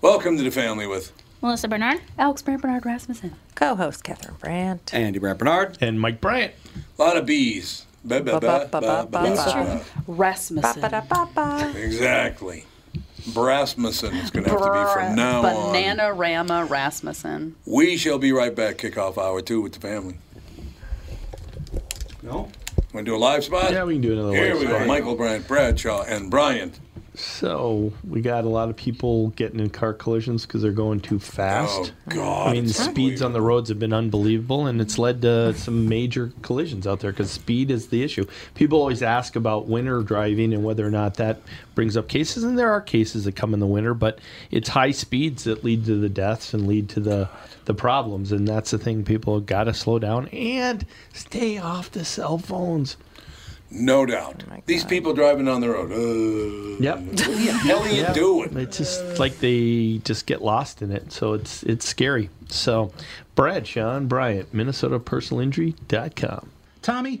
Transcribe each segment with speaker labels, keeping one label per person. Speaker 1: Welcome to the family with
Speaker 2: Melissa Bernard.
Speaker 3: Alex Brant Bernard Rasmussen.
Speaker 4: Co-host Catherine Brandt.
Speaker 5: Andy Brad Bernard.
Speaker 6: And Mike Bryant.
Speaker 1: a lot of bees. Ba, ba, ba, ba, ba, ba,
Speaker 4: That's
Speaker 1: ba.
Speaker 3: Rasmussen.
Speaker 4: Ba-ba-da-ba-ba.
Speaker 1: Exactly. Brasmussen is going to have to be from now on.
Speaker 3: Banana Rama Rasmussen.
Speaker 1: We shall be right back. Kickoff hour two with the family.
Speaker 5: No.
Speaker 1: Want to do a live spot?
Speaker 6: Yeah, we can do another
Speaker 1: Here
Speaker 6: one.
Speaker 1: we go. Michael Bryant, Bradshaw, and Bryant.
Speaker 6: So we got a lot of people getting in car collisions because they're going too
Speaker 1: Oh
Speaker 6: fast.
Speaker 1: God!
Speaker 6: I mean, the
Speaker 1: it's
Speaker 6: speeds on the roads have been unbelievable, and it's led to some major collisions out there because speed is the issue. People always ask about winter driving and whether or not that brings up cases, and there are cases that come in the winter, but it's high speeds that lead to the deaths and lead to the the problems, and that's the thing. People got to slow down and stay off the cell phones.
Speaker 1: no doubt. These people driving on the road. Uh,
Speaker 6: Yep.
Speaker 1: What the hell are you doing?
Speaker 6: It's just like they just get lost in it. So it's it's scary. So Brad Sean Bryant, MinnesotaPersonalInjury.com.
Speaker 7: Tommy,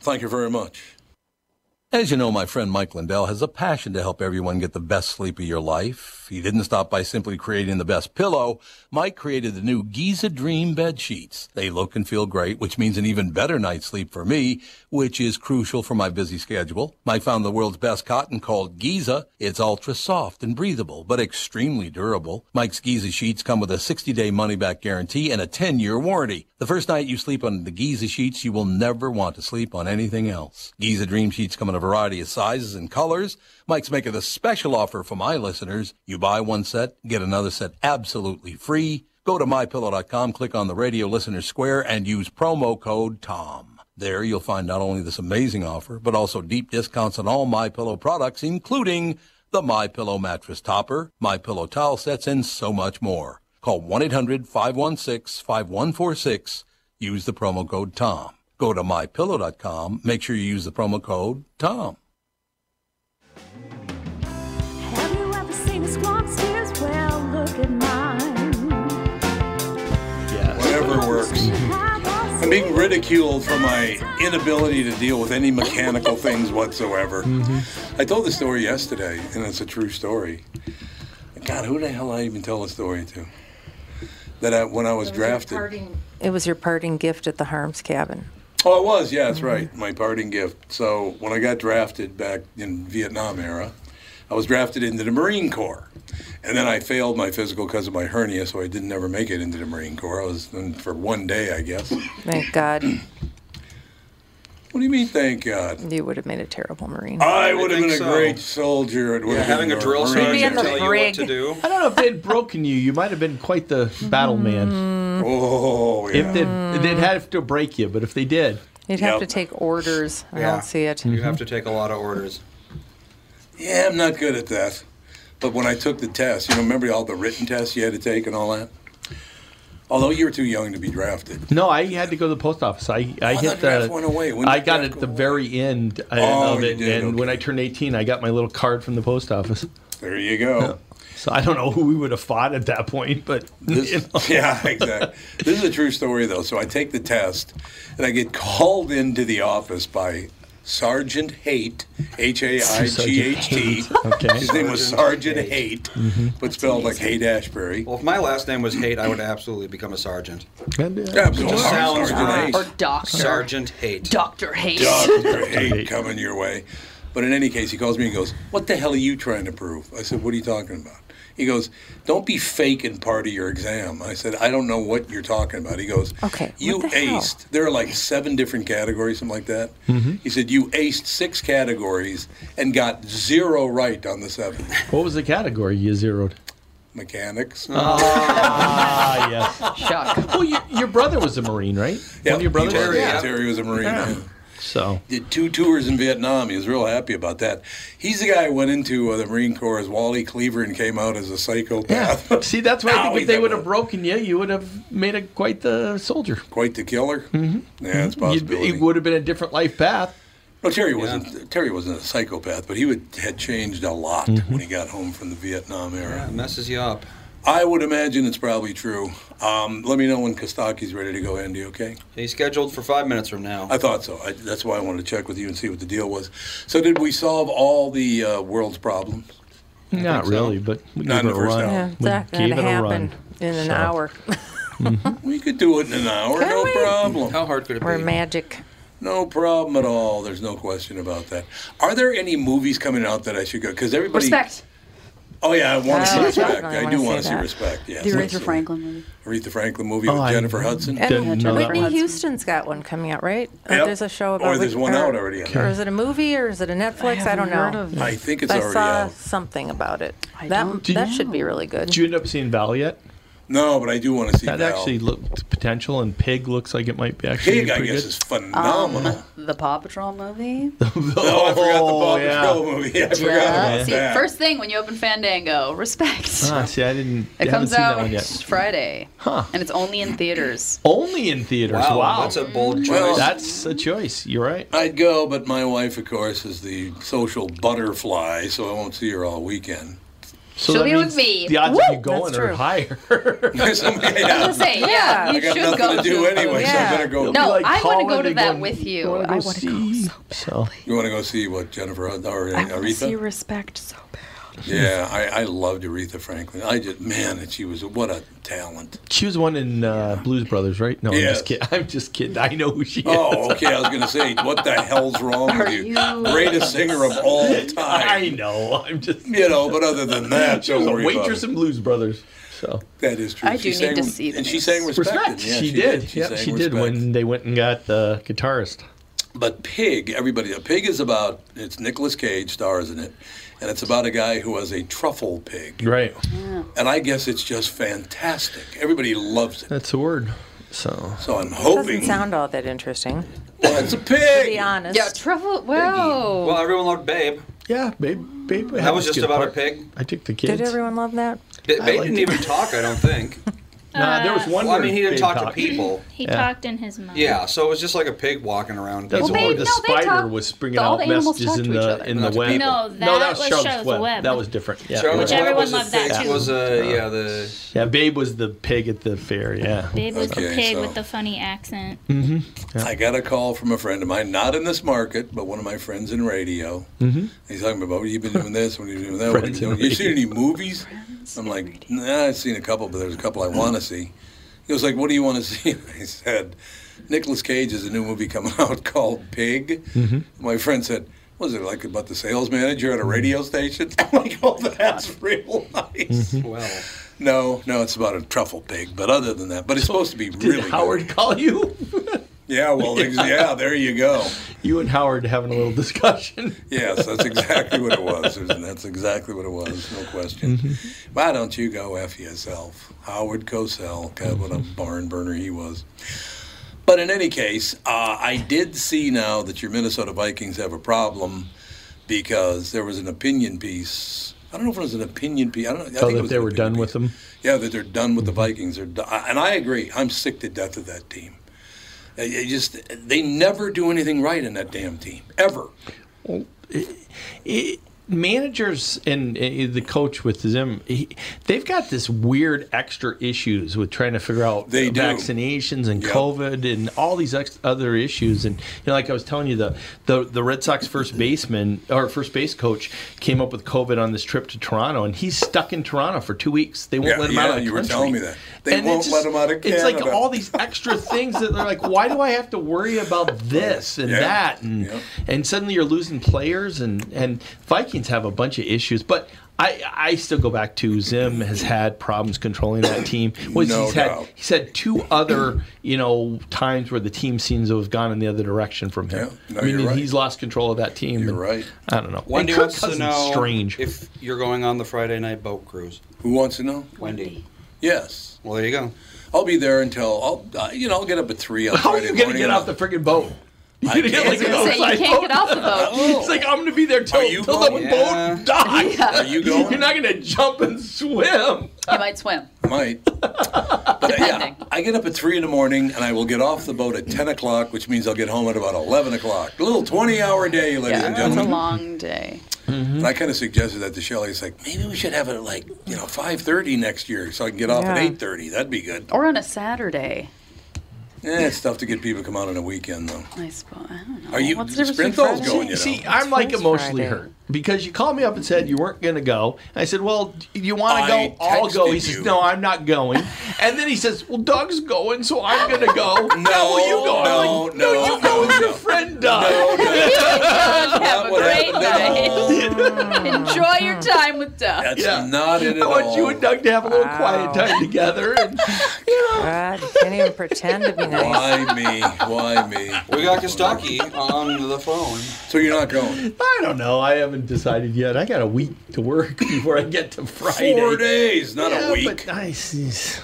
Speaker 1: Thank you very much. As you know, my friend Mike Lindell has a passion to help everyone get the best sleep of your life. He didn't stop by simply creating the best pillow. Mike created the new Giza Dream bed sheets. They look and feel great, which means an even better night's sleep for me, which is crucial for my busy schedule. Mike found the world's best cotton called Giza. It's ultra soft and breathable, but extremely durable. Mike's Giza sheets come with a 60-day money-back guarantee and a 10-year warranty. The first night you sleep on the Giza sheets, you will never want to sleep on anything else. Giza Dream Sheets come in a variety of sizes and colors. Mike's making a special offer for my listeners. You buy one set, get another set absolutely free. Go to mypillow.com, click on the radio listener square, and use promo code TOM. There you'll find not only this amazing offer, but also deep discounts on all My Pillow products, including the My Pillow mattress topper, My Pillow towel sets, and so much more. Call 1-800-516-5146. Use the promo code TOM. Go to mypillow.com. Make sure you use the promo code TOM.
Speaker 8: Have you ever seen a squawk's tears? Well, look at mine.
Speaker 6: Yes.
Speaker 1: Whatever I'm
Speaker 8: I'm
Speaker 1: being ridiculed for my inability to deal with any mechanical things whatsoever. I told the story yesterday, and it's a true story. God, who the hell I even tell the story to? That I, when I was drafted.
Speaker 4: It was your parting gift at the Harms cabin.
Speaker 1: Oh, it was. Yeah, that's right. My parting gift. So when I got drafted back in Vietnam era, I was drafted into the Marine Corps, and then I failed my physical because of my hernia, so I didn't ever make it into the Marine Corps. I was in for one day, I guess. What
Speaker 4: Thank God
Speaker 1: do you mean? Thank God.
Speaker 4: you would have made a terrible Marine.
Speaker 1: I would have
Speaker 5: think
Speaker 1: been a
Speaker 5: so.
Speaker 1: great soldier. It would
Speaker 5: Yeah,
Speaker 1: have been
Speaker 5: having a drill
Speaker 1: Marine.
Speaker 4: be in
Speaker 5: sergeant
Speaker 4: the
Speaker 5: tell you what
Speaker 4: brig.
Speaker 5: to do.
Speaker 6: I don't know if they'd broken you. You might have been quite the battle man.
Speaker 1: Oh, yeah.
Speaker 6: If they'd, they'd have to break you, but if they did,
Speaker 4: You'd have
Speaker 1: Yep.
Speaker 4: to take orders. I
Speaker 5: Yeah.
Speaker 4: don't see it.
Speaker 5: You have to take a lot of orders.
Speaker 1: yeah, I'm not good at that. But when I took the test, you know, remember all the written tests you had to take and all that? Although you were too young to be drafted.
Speaker 6: no, I had to go to the post office. I, I
Speaker 1: thought
Speaker 6: hit
Speaker 1: draft
Speaker 6: the.
Speaker 1: went away. When did
Speaker 6: I got
Speaker 1: draft
Speaker 6: it at
Speaker 1: go
Speaker 6: the
Speaker 1: away?
Speaker 6: very end uh,
Speaker 1: Oh,
Speaker 6: of
Speaker 1: you
Speaker 6: it, and
Speaker 1: did,
Speaker 6: when
Speaker 1: okay.
Speaker 6: I turned 18, I got my little card from the post office.
Speaker 1: There you go.
Speaker 6: So I don't know who we would have fought at that point, but you know.
Speaker 1: This, yeah, exactly. This is a true story, though. So I take the test, and I get called into the office by Sergeant Haight, H A I G H T.
Speaker 6: Sergeant Haight, okay.
Speaker 1: His name was
Speaker 5: Sergeant
Speaker 1: Sergeant Haight, but spelled like Haight Ashbury.
Speaker 5: Well, if my last name was Haight, I would absolutely become a sergeant.
Speaker 6: And, uh,
Speaker 1: Absolutely.
Speaker 5: Just sounds
Speaker 1: Sergeant
Speaker 3: Or
Speaker 1: Haight.
Speaker 3: Doctor.
Speaker 5: Sergeant Haight.
Speaker 3: Doctor Hate.
Speaker 1: Dr. Haight coming your way. But in any case, he calls me and goes, What the hell are you trying to prove? I said, What are you talking about? He goes, "Don't be faking part of your exam." I said, "I don't know what you're talking about." He goes,
Speaker 4: Okay, what
Speaker 1: you
Speaker 4: the hell?
Speaker 1: aced." There are like seven different categories, something like that.
Speaker 6: Mm-hmm.
Speaker 1: He said, "You aced six categories and got zero right on the seventh.
Speaker 6: What was the category you zeroed?
Speaker 1: Mechanics.
Speaker 6: Ah, yes.
Speaker 4: Shuck.
Speaker 6: Well, your, your brother was a Marine, right?
Speaker 1: Yeah,
Speaker 6: One of your brothers?
Speaker 1: Terry,
Speaker 6: Yeah.
Speaker 1: Terry was a Marine. yeah.
Speaker 6: So,
Speaker 1: did two tours in Vietnam. He was real happy about that. He's the guy who went into uh, the Marine Corps as Wally Cleaver and came out as a psychopath.
Speaker 6: see, that's why I
Speaker 1: Ow,
Speaker 6: think
Speaker 1: he's
Speaker 6: if they
Speaker 1: a-
Speaker 6: would have broken you, you would have made a, quite the soldier.
Speaker 1: Quite the killer. Mm-hmm. Yeah, it's
Speaker 6: You'd,
Speaker 1: possibility.
Speaker 6: it would have been a different life path.
Speaker 1: No, Terry wasn't. Terry wasn't a psychopath, but he would had changed a lot when he got home from the Vietnam era.
Speaker 5: It messes you up.
Speaker 1: I would imagine it's probly true. Um, let me know when Kostaki's ready to go, Andy. Okay.
Speaker 5: He's scheduled for five minutes from now.
Speaker 1: I thought so. I, that's why I wanted to check with you and see what the deal was. So, did we solve all the uh, world's problems?
Speaker 6: Not
Speaker 5: so.
Speaker 6: really, but we
Speaker 1: Not
Speaker 6: gave
Speaker 1: in
Speaker 6: it a
Speaker 1: the first
Speaker 6: run.
Speaker 1: hour.
Speaker 4: Yeah,
Speaker 1: We
Speaker 4: that
Speaker 6: gave
Speaker 4: gonna
Speaker 6: it a
Speaker 4: happen
Speaker 6: run.
Speaker 4: in an
Speaker 6: So.
Speaker 4: hour.
Speaker 1: We could do it in an hour.
Speaker 4: Could
Speaker 1: no
Speaker 4: we?
Speaker 1: problem.
Speaker 5: How hard could it
Speaker 4: We're
Speaker 5: be?
Speaker 4: magic.
Speaker 1: No problem at all. There's no question about that. Are there any movies coming out that I should go? Because everybody.
Speaker 3: Respect.
Speaker 1: Oh yeah, I want to see
Speaker 4: Oh,
Speaker 1: respect.
Speaker 4: definitely
Speaker 1: I
Speaker 4: wanna
Speaker 1: do
Speaker 4: see
Speaker 1: want to see
Speaker 4: that.
Speaker 1: respect. Yes.
Speaker 3: The Aretha Franklin movie.
Speaker 1: Aretha Franklin movie
Speaker 6: Oh,
Speaker 1: with
Speaker 6: I-
Speaker 1: Jennifer Hudson.
Speaker 6: Didn't
Speaker 4: And
Speaker 6: know that.
Speaker 4: Whitney
Speaker 3: Hudson.
Speaker 4: Houston's got one coming out, right? Or
Speaker 1: Yep.
Speaker 4: There's a show about.
Speaker 1: Or there's
Speaker 4: Whit-
Speaker 1: one out
Speaker 4: or-
Speaker 1: already, I think.
Speaker 4: Or is it a movie or is it a Netflix? I, don't know.
Speaker 1: I think it's
Speaker 4: I
Speaker 1: already
Speaker 4: saw
Speaker 1: out.
Speaker 4: something about it.
Speaker 3: I
Speaker 4: that
Speaker 3: don't
Speaker 4: that
Speaker 3: know.
Speaker 4: should be really good.
Speaker 6: Did you end up seeing Val yet?
Speaker 1: No, but I do want to see
Speaker 6: That
Speaker 1: Val.
Speaker 6: actually looked potential, and Pig looks like it might be actually
Speaker 1: Pig, I
Speaker 6: pretty
Speaker 1: guess,
Speaker 6: good.
Speaker 1: is phenomenal.
Speaker 3: The Paw Patrol movie.
Speaker 1: oh, I forgot the Paw
Speaker 6: Oh, yeah.
Speaker 1: Patrol movie. I forgot about
Speaker 3: See,
Speaker 1: that.
Speaker 3: first thing when you open Fandango, respect.
Speaker 6: Ah, see, I didn't. I
Speaker 3: it
Speaker 6: haven't
Speaker 3: comes
Speaker 6: seen that
Speaker 3: out
Speaker 6: one yet.
Speaker 3: Friday, and it's only in theaters.
Speaker 6: Only in theaters. Wow,
Speaker 5: Wow, that's a bold choice.
Speaker 1: Well,
Speaker 6: That's a choice. You're right.
Speaker 1: I'd go, but my wife, of course, is the social butterfly, so I won't see her all weekend.
Speaker 6: So
Speaker 3: She'll
Speaker 6: that
Speaker 3: be with me.
Speaker 6: means The odds of
Speaker 4: Woo!
Speaker 6: you going
Speaker 4: That's
Speaker 6: are
Speaker 4: true.
Speaker 6: higher.
Speaker 1: yeah.
Speaker 3: Say, yeah, you
Speaker 1: I got
Speaker 3: should
Speaker 1: nothing
Speaker 3: go
Speaker 1: to do
Speaker 3: it.
Speaker 1: anyway, so
Speaker 4: Yeah.
Speaker 1: I better go.
Speaker 3: No,
Speaker 6: Like
Speaker 3: I wanna go
Speaker 6: Colin
Speaker 3: to
Speaker 6: and
Speaker 3: that
Speaker 6: going,
Speaker 3: with you.
Speaker 6: "You wanna
Speaker 3: I wanna go
Speaker 6: see?" so
Speaker 1: You want to go see what Jennifer Hud- or
Speaker 3: I want to see
Speaker 1: Aretha?
Speaker 3: respect so bad.
Speaker 1: Yeah, I, I loved Aretha Franklin. I just man, and she was what a talent.
Speaker 6: she was one in uh, Blues Brothers, right? No, I'm
Speaker 1: Yes.
Speaker 6: just kidding. I'm just kidding. I know who she is.
Speaker 1: Oh, okay. I was gonna say, what the hell's wrong with you? Greatest singer of all time.
Speaker 6: I know. I'm just.
Speaker 1: You know, but other than that,
Speaker 6: She was
Speaker 1: don't
Speaker 6: a
Speaker 1: worry about
Speaker 6: waitress
Speaker 1: it.
Speaker 6: in Blues Brothers. So
Speaker 1: That is true.
Speaker 3: I do need to see the
Speaker 1: And she
Speaker 3: news.
Speaker 1: sang respect.
Speaker 6: respect.
Speaker 1: Yeah,
Speaker 6: she, did.
Speaker 1: She,
Speaker 6: Yep,
Speaker 1: sang
Speaker 6: she did
Speaker 1: Respect.
Speaker 6: when they went and got the guitarist.
Speaker 1: But Pig, everybody, a pig is about, it's Nicolas Cage stars in it, and it's about a guy who has a truffle pig.
Speaker 6: Right.
Speaker 1: And I guess it's just fantastic. Everybody loves it.
Speaker 6: That's the word. So
Speaker 1: So I'm
Speaker 4: Doesn't
Speaker 1: hoping.
Speaker 4: sound all that interesting.
Speaker 1: well, it's a
Speaker 4: To be
Speaker 1: pig.
Speaker 4: honest.
Speaker 3: Yeah, truffle. Wow.
Speaker 5: Well, everyone loved Babe.
Speaker 6: yeah, babe, babe.
Speaker 5: That was just about a pig.
Speaker 6: I took the kids.
Speaker 4: Did everyone love that?
Speaker 5: Ba- Babe
Speaker 6: liked
Speaker 5: didn't
Speaker 6: it.
Speaker 5: even talk, I don't think.
Speaker 6: Nah, there was
Speaker 4: Uh,
Speaker 6: one.
Speaker 5: Well, I
Speaker 6: where
Speaker 5: mean, he didn't
Speaker 6: babe
Speaker 5: talk to
Speaker 6: talked.
Speaker 5: people.
Speaker 2: He
Speaker 6: Yeah.
Speaker 2: talked in his mind.
Speaker 5: Yeah, so it was just like a pig walking around.
Speaker 6: That's
Speaker 5: People
Speaker 6: why
Speaker 3: they-
Speaker 6: the
Speaker 3: no, they
Speaker 6: spider
Speaker 3: talk-
Speaker 6: was springing
Speaker 3: the- all
Speaker 6: out
Speaker 3: the animals
Speaker 6: messages
Speaker 3: talk
Speaker 6: in
Speaker 3: to each
Speaker 6: the
Speaker 3: other.
Speaker 6: in
Speaker 5: Not
Speaker 6: the
Speaker 5: to
Speaker 6: web.
Speaker 5: people.
Speaker 2: No, that
Speaker 6: that
Speaker 2: was
Speaker 6: Charlotte's
Speaker 2: Charlotte's
Speaker 6: web.
Speaker 2: Web.
Speaker 6: That was different. Yeah,
Speaker 5: Charlotte
Speaker 2: Which
Speaker 5: Web
Speaker 2: everyone
Speaker 5: was the
Speaker 2: loved that,
Speaker 5: thing.
Speaker 2: too.
Speaker 5: Was uh, yeah the
Speaker 6: yeah. Babe was the pig at the fair. Yeah,
Speaker 2: Babe was
Speaker 1: Okay,
Speaker 2: the pig
Speaker 1: so-
Speaker 2: with the funny accent.
Speaker 1: I got a call from a friend of mine, not in this market, but one of my friends in radio. Mm-hmm. He's talking about, you've been doing this, what have you been doing that? What have
Speaker 6: Friends
Speaker 1: you,
Speaker 6: in
Speaker 1: been doing? you seen
Speaker 6: radio.
Speaker 1: any movies? I'm like, nah, I've seen a couple, but there's a couple I want to see. He was like, what do you want to see? I said, Nicolas Cage has a new movie coming out called Pig.
Speaker 6: Mm-hmm.
Speaker 1: My friend said, was it like about the sales manager at a radio station? I'm like, oh, that's real nice.
Speaker 6: Mm-hmm.
Speaker 5: well.
Speaker 1: No, no, it's about a truffle pig, but other than that, but it's supposed to be
Speaker 6: did
Speaker 1: really
Speaker 6: Howard
Speaker 1: good.
Speaker 6: call you?
Speaker 1: Yeah, well, ex- yeah, there you go.
Speaker 6: you and Howard having a little discussion.
Speaker 1: Yes, that's exactly what it was, Susan. That's exactly what it was, no question.
Speaker 6: Mm-hmm.
Speaker 1: Why don't you go F yourself? Howard Cosell, God, what a
Speaker 6: Mm-hmm.
Speaker 1: barn burner he was. But in any case, uh, I did see now that your Minnesota Vikings have a problem because there was an opinion piece. I don't know if it was an opinion piece. I don't know. I
Speaker 6: Oh,
Speaker 1: think it
Speaker 6: that
Speaker 1: was
Speaker 6: they
Speaker 1: an
Speaker 6: were
Speaker 1: opinion
Speaker 6: done with
Speaker 1: piece.
Speaker 6: them.
Speaker 1: Yeah, that they're done with the
Speaker 6: Mm-hmm.
Speaker 1: Vikings. They're do- and I agree. I'm sick to death of that team. Uh, you just they never do anything right in that damn team ever.
Speaker 6: it, managers and uh, the coach with Zim, he, they've got this weird extra issues with trying to figure out
Speaker 1: They do.
Speaker 6: vaccinations and
Speaker 1: Yep.
Speaker 6: COVID and all these ex- other issues. And you know, like I was telling you, the, the the Red Sox first baseman or first base coach came up with COVID on this trip to Toronto, and he's stuck in Toronto for two weeks. They won't
Speaker 1: Yeah,
Speaker 6: let him
Speaker 1: yeah,
Speaker 6: out of the
Speaker 1: you were
Speaker 6: country.
Speaker 1: telling me that. They
Speaker 6: it
Speaker 1: won't let him out of
Speaker 6: It's like
Speaker 1: Canada.
Speaker 6: all these extra things that they're like, why do I have to worry about this and
Speaker 1: Yeah.
Speaker 6: that and
Speaker 1: Yeah.
Speaker 6: and suddenly you're losing players and and Vikings have a bunch of issues but I, I still go back to Zim has had problems controlling that team. Was
Speaker 1: No
Speaker 6: he's
Speaker 1: doubt.
Speaker 6: had he's had two other you know times where the team seems to have gone in the other direction from him.
Speaker 1: Yeah. No,
Speaker 6: I mean
Speaker 1: you're right.
Speaker 6: he's lost control of that team.
Speaker 1: You're
Speaker 6: and
Speaker 1: right.
Speaker 6: I don't know.
Speaker 5: Wendy
Speaker 6: and Kirk
Speaker 5: wants to
Speaker 6: Cousins
Speaker 5: know
Speaker 6: strange.
Speaker 5: if you're going on the Friday night boat cruise.
Speaker 1: Who wants to know?
Speaker 5: Wendy.
Speaker 1: Yes,
Speaker 5: Well, there you go.
Speaker 1: I'll be there until I'll. Uh, you know, I'll get up at three. On
Speaker 6: How are
Speaker 1: Friday
Speaker 6: you going to
Speaker 1: morning
Speaker 6: get
Speaker 1: and
Speaker 6: off the
Speaker 1: I'll-
Speaker 6: friggin' boat? You're gonna get,
Speaker 1: I
Speaker 6: like,
Speaker 1: was
Speaker 6: an
Speaker 1: gonna
Speaker 2: say, you
Speaker 6: outside
Speaker 2: can't
Speaker 6: boat.
Speaker 2: get off the boat.
Speaker 6: It's like I'm going to be there till,
Speaker 1: Are you
Speaker 6: till the
Speaker 1: going?
Speaker 5: Yeah.
Speaker 6: boat dies.
Speaker 1: Are you going?
Speaker 6: You're not going to jump and swim.
Speaker 3: You might swim.
Speaker 1: Might. But uh, yeah, I get up at three in the morning and I will get off the boat at ten o'clock, which means I'll get home at about eleven o'clock. A little twenty-hour day, ladies and
Speaker 3: Yeah, it's a
Speaker 1: gentlemen.
Speaker 3: long day.
Speaker 1: And I kind of suggested that to Shelley. It's like maybe we should have it at like you know five thirty next year, so I can get off at
Speaker 4: Yeah.
Speaker 1: eight thirty. That'd be good.
Speaker 3: Or on a Saturday,
Speaker 1: Eh, it's tough to get people to come out on a weekend though.
Speaker 3: I suppose. I don't know.
Speaker 1: Are you
Speaker 3: What's the
Speaker 1: sprint
Speaker 3: difference between
Speaker 1: those
Speaker 3: Friday?
Speaker 1: going? You know?
Speaker 6: See, I'm like
Speaker 4: Friends
Speaker 6: emotionally
Speaker 4: Friday.
Speaker 6: hurt because you called me up and said you weren't going to go. And I said, "Well, do you want
Speaker 1: I
Speaker 6: to go? I'll go."
Speaker 1: texted
Speaker 6: He
Speaker 1: you.
Speaker 6: says, "No, I'm not going." And then he says, "Well, Doug's going, so I'm going to go." "Now will you go?" I'm
Speaker 1: no,
Speaker 6: like,
Speaker 1: no,
Speaker 6: you go
Speaker 1: no,
Speaker 6: with
Speaker 1: no.
Speaker 6: your friend Doug.
Speaker 3: Have a
Speaker 1: what
Speaker 3: great
Speaker 1: happened
Speaker 3: night. Enjoy your time with Doug.
Speaker 1: That's
Speaker 6: Yeah.
Speaker 1: not in it
Speaker 6: I
Speaker 1: at all.
Speaker 6: want you and Doug to have a little
Speaker 4: Wow.
Speaker 6: quiet time together. And, you know,
Speaker 4: God, you can't even pretend to be nice.
Speaker 1: Why me? Why me?
Speaker 5: We got Kostaki on the phone.
Speaker 1: So you're not going?
Speaker 6: I don't know. I haven't decided yet. I got a week to work before I get to Friday.
Speaker 1: Four days, not
Speaker 6: Yeah,
Speaker 1: a
Speaker 6: But
Speaker 1: week.
Speaker 6: I see.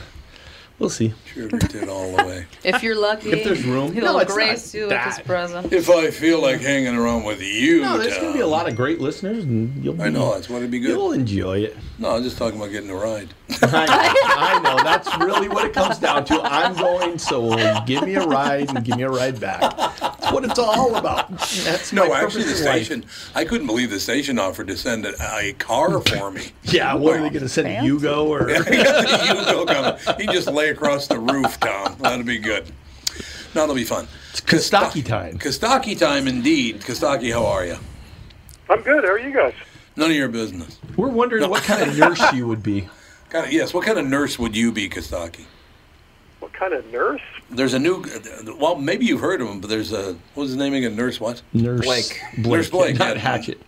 Speaker 6: We'll see.
Speaker 1: Sugared it all the way.
Speaker 3: If you're lucky,
Speaker 6: If there's room.
Speaker 3: he'll
Speaker 6: No, it's
Speaker 3: grace
Speaker 6: not
Speaker 3: you
Speaker 6: that.
Speaker 3: with his present.
Speaker 1: If I feel like hanging around with you,
Speaker 6: No, there's going to be a
Speaker 1: Tom.
Speaker 6: lot of great listeners, and you'll be,
Speaker 1: I know that's what it'd be
Speaker 6: you'll
Speaker 1: good.
Speaker 6: enjoy it.
Speaker 1: No, I'm just talking about getting a ride.
Speaker 6: I know, I know. That's really what it comes down to. I'm going, so give me a ride and give me a ride back. That's what it's all about. That's
Speaker 1: No,
Speaker 6: my
Speaker 1: actually,
Speaker 6: purpose
Speaker 1: the
Speaker 6: in life.
Speaker 1: station. I couldn't believe the station offered to send a, a car for me.
Speaker 6: Yeah, what are they going to send a Yugo or?
Speaker 1: you go, He just lay across the roof, Tom. That'd be good. No, that'll be fun. It's
Speaker 6: Kostaki time.
Speaker 1: Kostaki time, indeed. Kostaki, how are you?
Speaker 9: I'm good. How are you guys?
Speaker 1: None of your business.
Speaker 6: We're wondering what kind of nurse you would be.
Speaker 1: Kind of, yes. What kind of nurse would you be, Kostaki?
Speaker 9: What kind of nurse?
Speaker 1: There's a new. Well, maybe you've heard of him, but there's a. What was his name again? Nurse what?
Speaker 6: Nurse
Speaker 5: Blake.
Speaker 1: Nurse Blake,
Speaker 6: not
Speaker 1: yeah.
Speaker 6: Hatchet.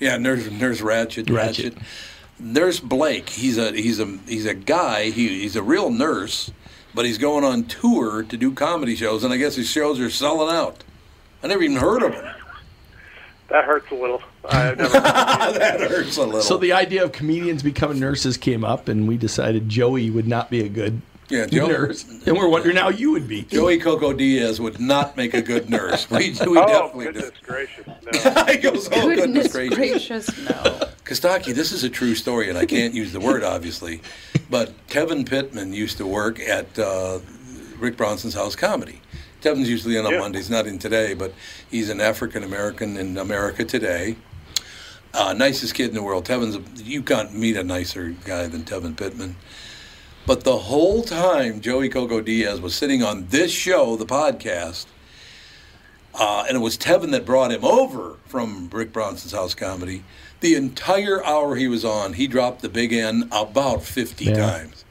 Speaker 1: Yeah, Nurse Nurse Ratchet. Ratchet.
Speaker 6: Ratchet.
Speaker 1: Nurse Blake. He's a he's a he's a guy. He, he's a real nurse, but he's going on tour to do comedy shows, and I guess his shows are selling out. I never even heard of him.
Speaker 9: That hurts a little. I never.
Speaker 1: that hurts a little.
Speaker 6: So the idea of comedians becoming nurses came up, and we decided Joey would not be a good
Speaker 1: Yeah, Joe-
Speaker 6: nurse. And we're wondering how you would be.
Speaker 1: Joey Coco Diaz would not make a good nurse. We, we
Speaker 9: oh
Speaker 1: definitely
Speaker 9: goodness
Speaker 1: did.
Speaker 9: gracious! No.
Speaker 1: He goes, oh, goodness,
Speaker 3: Goodness
Speaker 1: gracious.
Speaker 3: gracious, no.
Speaker 1: Kostaki, this is a true story, and I can't use the word, obviously, but Kevin Pittman used to work at uh, Rick Bronson's House Comedy. Kevin's usually in on
Speaker 9: Yeah.
Speaker 1: Mondays, not in today, but he's an African American in America today. Uh, nicest kid in the world. Tevin's a, you can't meet a nicer guy than Tevin Pittman. But the whole time Joey Coco Diaz was sitting on this show, the podcast, uh, and it was Tevin that brought him over from Rick Bronson's House Comedy. The entire hour he was on, he dropped the big N about 50
Speaker 6: Yeah.
Speaker 1: times.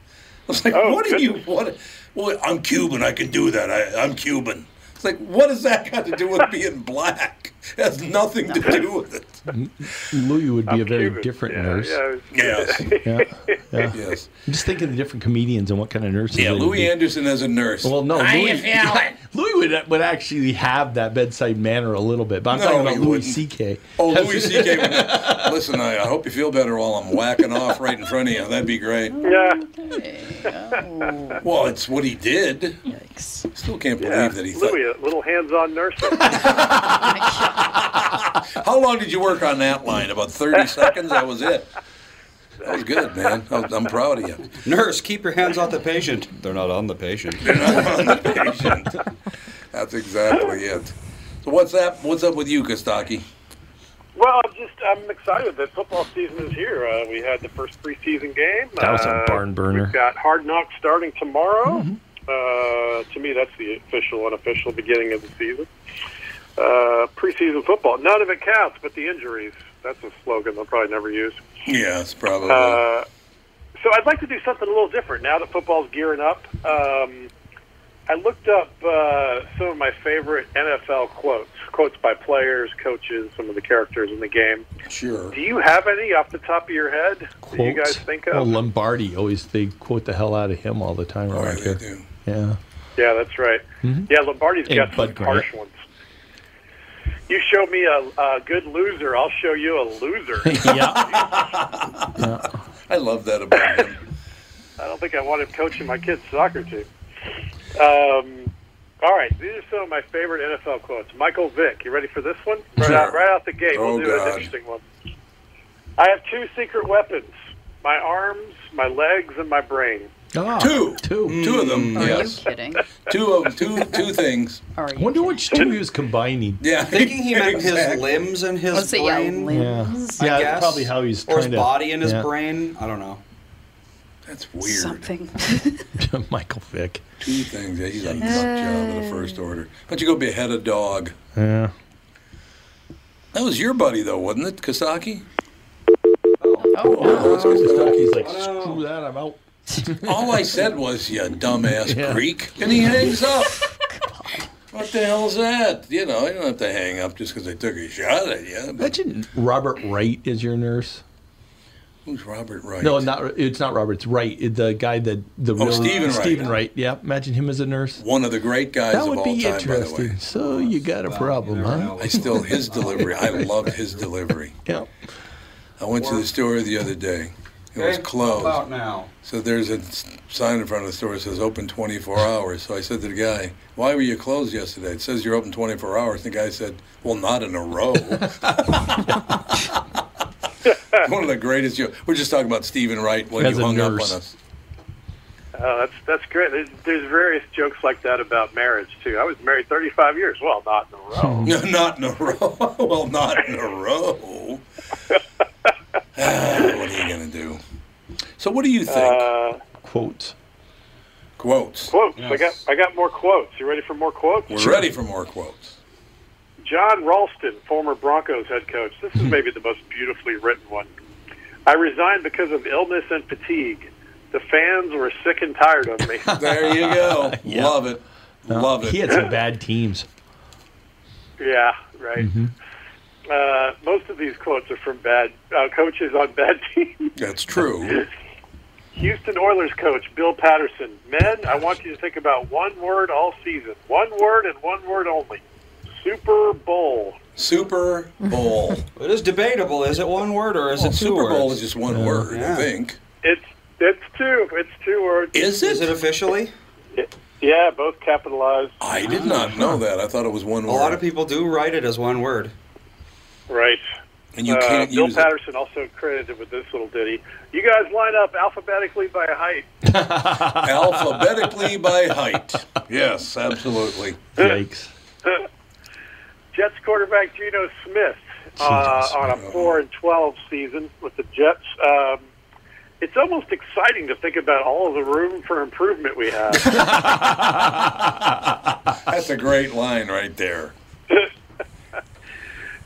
Speaker 1: I was like,
Speaker 9: Oh,
Speaker 1: what are you, what, what, I'm Cuban, I can do that, I, I'm Cuban. It's like, what has that got to do with being black? It has nothing to do with it.
Speaker 6: Louie would be a very
Speaker 9: Cuban.
Speaker 6: different
Speaker 9: Yeah,
Speaker 6: nurse.
Speaker 9: yeah, it was-
Speaker 1: Yes,
Speaker 6: Yeah, yeah.
Speaker 1: yes.
Speaker 6: I'm just thinking of the different comedians and what kind of nurses.
Speaker 1: Yeah,
Speaker 6: they would
Speaker 1: Louis
Speaker 6: be.
Speaker 1: Anderson as a nurse.
Speaker 6: Well, no, Louis, Louis would, would actually have that bedside manner a little bit, but I'm
Speaker 1: No,
Speaker 6: talking
Speaker 1: he
Speaker 6: about Louis
Speaker 1: wouldn't.
Speaker 6: C.K.
Speaker 1: Oh, Louis C.K. would not- Listen, I, I hope you feel better while I'm whacking off right in front of you. That'd be great.
Speaker 9: yeah.
Speaker 1: Well, it's what he did.
Speaker 3: Yikes.
Speaker 1: Still can't believe
Speaker 9: Yeah,
Speaker 1: that he
Speaker 9: Louis, a little hands-on nursing.
Speaker 1: thought. How long did you work on that line? About 30 seconds? That was it. That was good, man. I was- I'm proud of you.
Speaker 5: Nurse, keep your hands off the patient. They're not on the patient.
Speaker 1: Patient. That's exactly it. So what's that? What's up with you, Kostaki?
Speaker 9: well, I'm just I'm excited that football season is here. Uh, we had the first preseason game.
Speaker 6: That was a
Speaker 9: Uh,
Speaker 6: barn burner. Mm-hmm.
Speaker 9: We've got Hard Knocks starting tomorrow. Uh, to me, that's the official, unofficial beginning of the season. Uh, preseason football. None of it counts, but the injuries. That's a slogan they'll probably never use.
Speaker 1: Yes, probably.
Speaker 9: Uh, so I'd like to do something a little different now that football's gearing up. Um, I looked up uh, some of my favorite NFL quotes, quotes by players, coaches, some of the characters in the game.
Speaker 1: Sure.
Speaker 9: Do you have any off the top of your head that you guys
Speaker 6: Quotes.
Speaker 9: think
Speaker 6: Oh,
Speaker 9: of?
Speaker 6: Lombardi always they quote the hell out of him all the time around
Speaker 1: Right,
Speaker 6: here.
Speaker 1: Oh, they do.
Speaker 6: Yeah.
Speaker 9: yeah, that's right. Yeah, Lombardi's
Speaker 6: And
Speaker 9: got some
Speaker 6: Mm-hmm. Bud Grant.
Speaker 9: harsh ones. You show me a, a good loser, I'll show you a loser.
Speaker 6: yeah.
Speaker 1: I love that about him.
Speaker 9: I don't think I want him coaching my kids' soccer team. Um, all right, these are some of my favorite NFL quotes. Michael Vick, you ready for this one? Right, out, right out the gate,
Speaker 1: Oh,
Speaker 9: we'll do
Speaker 1: God.
Speaker 9: an interesting one. I have two secret weapons: my arms, my legs, and my brain.
Speaker 6: Ah,
Speaker 1: Two. Mm.
Speaker 6: Two.
Speaker 1: Two of them,
Speaker 3: Are
Speaker 1: yes.
Speaker 3: you kidding?
Speaker 1: Two of two two things.
Speaker 3: Are you
Speaker 6: I wonder
Speaker 3: kidding?
Speaker 6: which two he was combining.
Speaker 1: Yeah.
Speaker 5: Thinking he meant his
Speaker 1: Exactly.
Speaker 5: limbs and his
Speaker 3: Let's see, yeah,
Speaker 5: brain.
Speaker 6: Yeah.
Speaker 3: limbs,
Speaker 5: I
Speaker 6: yeah,
Speaker 5: guess.
Speaker 6: probably how he's
Speaker 5: or
Speaker 6: trying
Speaker 5: his
Speaker 6: to,
Speaker 5: body and his
Speaker 6: yeah.
Speaker 5: brain. I don't know.
Speaker 1: That's weird.
Speaker 3: something.
Speaker 6: Michael Vick.
Speaker 1: Two things. Yeah, he's a nut job in the first order. Why don't you go behead a dog?
Speaker 6: Yeah.
Speaker 1: That was your buddy though, wasn't it, Kasaki?
Speaker 6: Oh, he's like, screw that, I'm out.
Speaker 1: All I said was, you dumbass
Speaker 6: Yeah.
Speaker 1: Greek, and he hangs up. What the hell's that? You know, I don't have to hang up just because I took a shot at you. But
Speaker 6: Imagine Robert Wright is your nurse.
Speaker 1: who's Robert Wright? Oh,
Speaker 6: No, not it's not Robert. It's Wright, the guy that the real
Speaker 1: Stephen Wright.
Speaker 6: Stephen Wright. Yeah, imagine him as a nurse.
Speaker 1: one of the great guys
Speaker 6: That
Speaker 1: of
Speaker 6: would
Speaker 1: all
Speaker 6: be
Speaker 1: time, by the way.
Speaker 6: interesting. So you got a problem, huh?
Speaker 1: I still his delivery. I loved his delivery.
Speaker 6: Yeah.
Speaker 1: I went to the store the other day. It was closed.
Speaker 5: About now.
Speaker 1: So there's a s- sign in front of the store that says open 24 hours. So I said to the guy, "Why were you closed yesterday?" It says you're open 24 hours. The guy said, "Well, not in a row." One of the greatest. jokes. We're just talking about Stephen Wright when
Speaker 6: As
Speaker 1: you
Speaker 6: a
Speaker 1: hung up
Speaker 6: nurse.
Speaker 1: on us.
Speaker 9: Uh, that's that's great. There's, there's various jokes like that about marriage too. I was married 35 years. Well, not in a row.
Speaker 1: No, not in a row. well, not in a row. Ah, what are you gonna do? So, what do you think?
Speaker 9: Uh,
Speaker 6: Quote.
Speaker 1: quotes.
Speaker 9: quotes. I
Speaker 5: Yes.
Speaker 9: got I got more quotes. You ready for more quotes?
Speaker 1: We're ready for more quotes.
Speaker 9: John Ralston, former Broncos head coach. This is maybe the most beautifully written one. I resigned because of illness and fatigue. The fans were sick and tired of me.
Speaker 1: There you go. Love it. Love it.
Speaker 6: He had some bad teams.
Speaker 9: yeah, right. Uh, most of these quotes are from bad uh, coaches on bad teams.
Speaker 1: That's true.
Speaker 9: Houston Oilers coach Bill Patterson. Men, I want you to think about one word all season. One word and one word only. Super Bowl.
Speaker 1: Super Bowl.
Speaker 5: It is debatable. Is it one word or is
Speaker 1: Well,
Speaker 5: it two
Speaker 1: Super Bowl
Speaker 5: words?
Speaker 1: is just one word, I
Speaker 5: Yeah.
Speaker 1: think.
Speaker 9: It's it's two. It's two words.
Speaker 1: Is
Speaker 5: Is it officially?
Speaker 9: yeah, both capitalized.
Speaker 1: I did not know that. I thought it was one
Speaker 5: A
Speaker 1: word.
Speaker 5: lot of people do write it as one word.
Speaker 9: Right.
Speaker 1: and you
Speaker 9: Uh,
Speaker 1: can't
Speaker 9: Bill
Speaker 1: use it.
Speaker 9: Patterson also credited with this little ditty. You guys line up alphabetically by height.
Speaker 1: Alphabetically by height. Yes, absolutely.
Speaker 6: Yikes.
Speaker 9: Jets quarterback Geno Smith uh,
Speaker 6: Jesus.
Speaker 9: on a four and twelve season with the Jets. Um, it's almost exciting to think about all of the room for improvement we have.
Speaker 1: That's a great line right there.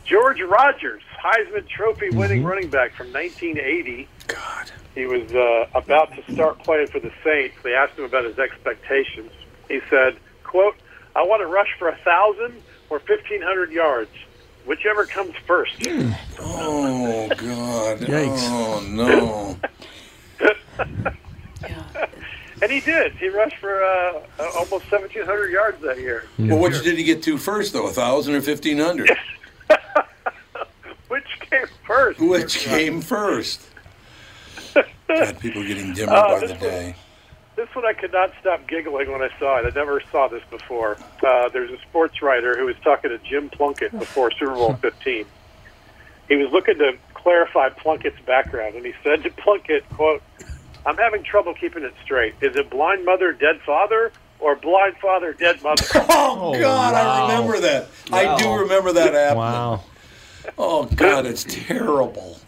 Speaker 9: George Rogers, Heisman Trophy winning running back from 1980.
Speaker 1: God.
Speaker 9: He was uh, about to start playing for the Saints. They asked him about his expectations. He said, "Quote: I want to rush for a thousand or fifteen hundred yards, whichever comes first.
Speaker 1: Oh, God.
Speaker 6: Yikes.
Speaker 1: Oh, no.
Speaker 9: And he did. He rushed for uh, uh, almost seventeen hundred yards that year.
Speaker 1: Well, which did he get to first, though? 1,000 or 1,500?
Speaker 9: Which came first?
Speaker 1: Which came first? God, people are getting dimmer by the
Speaker 9: Oh, this was-
Speaker 1: day.
Speaker 9: This one I could not stop giggling when I saw it. I never saw this before. Uh, there's a sports writer who was talking to Jim Plunkett before Super Bowl 15. He was looking to clarify Plunkett's background, and he said to Plunkett, "quote I'm having trouble keeping it straight. Is it blind mother, dead father, or blind father, dead mother?"
Speaker 1: Oh, God,
Speaker 6: wow.
Speaker 1: I remember that. I do
Speaker 5: Wow.
Speaker 1: remember that happening.
Speaker 6: Wow.
Speaker 1: Oh, God, it's terrible.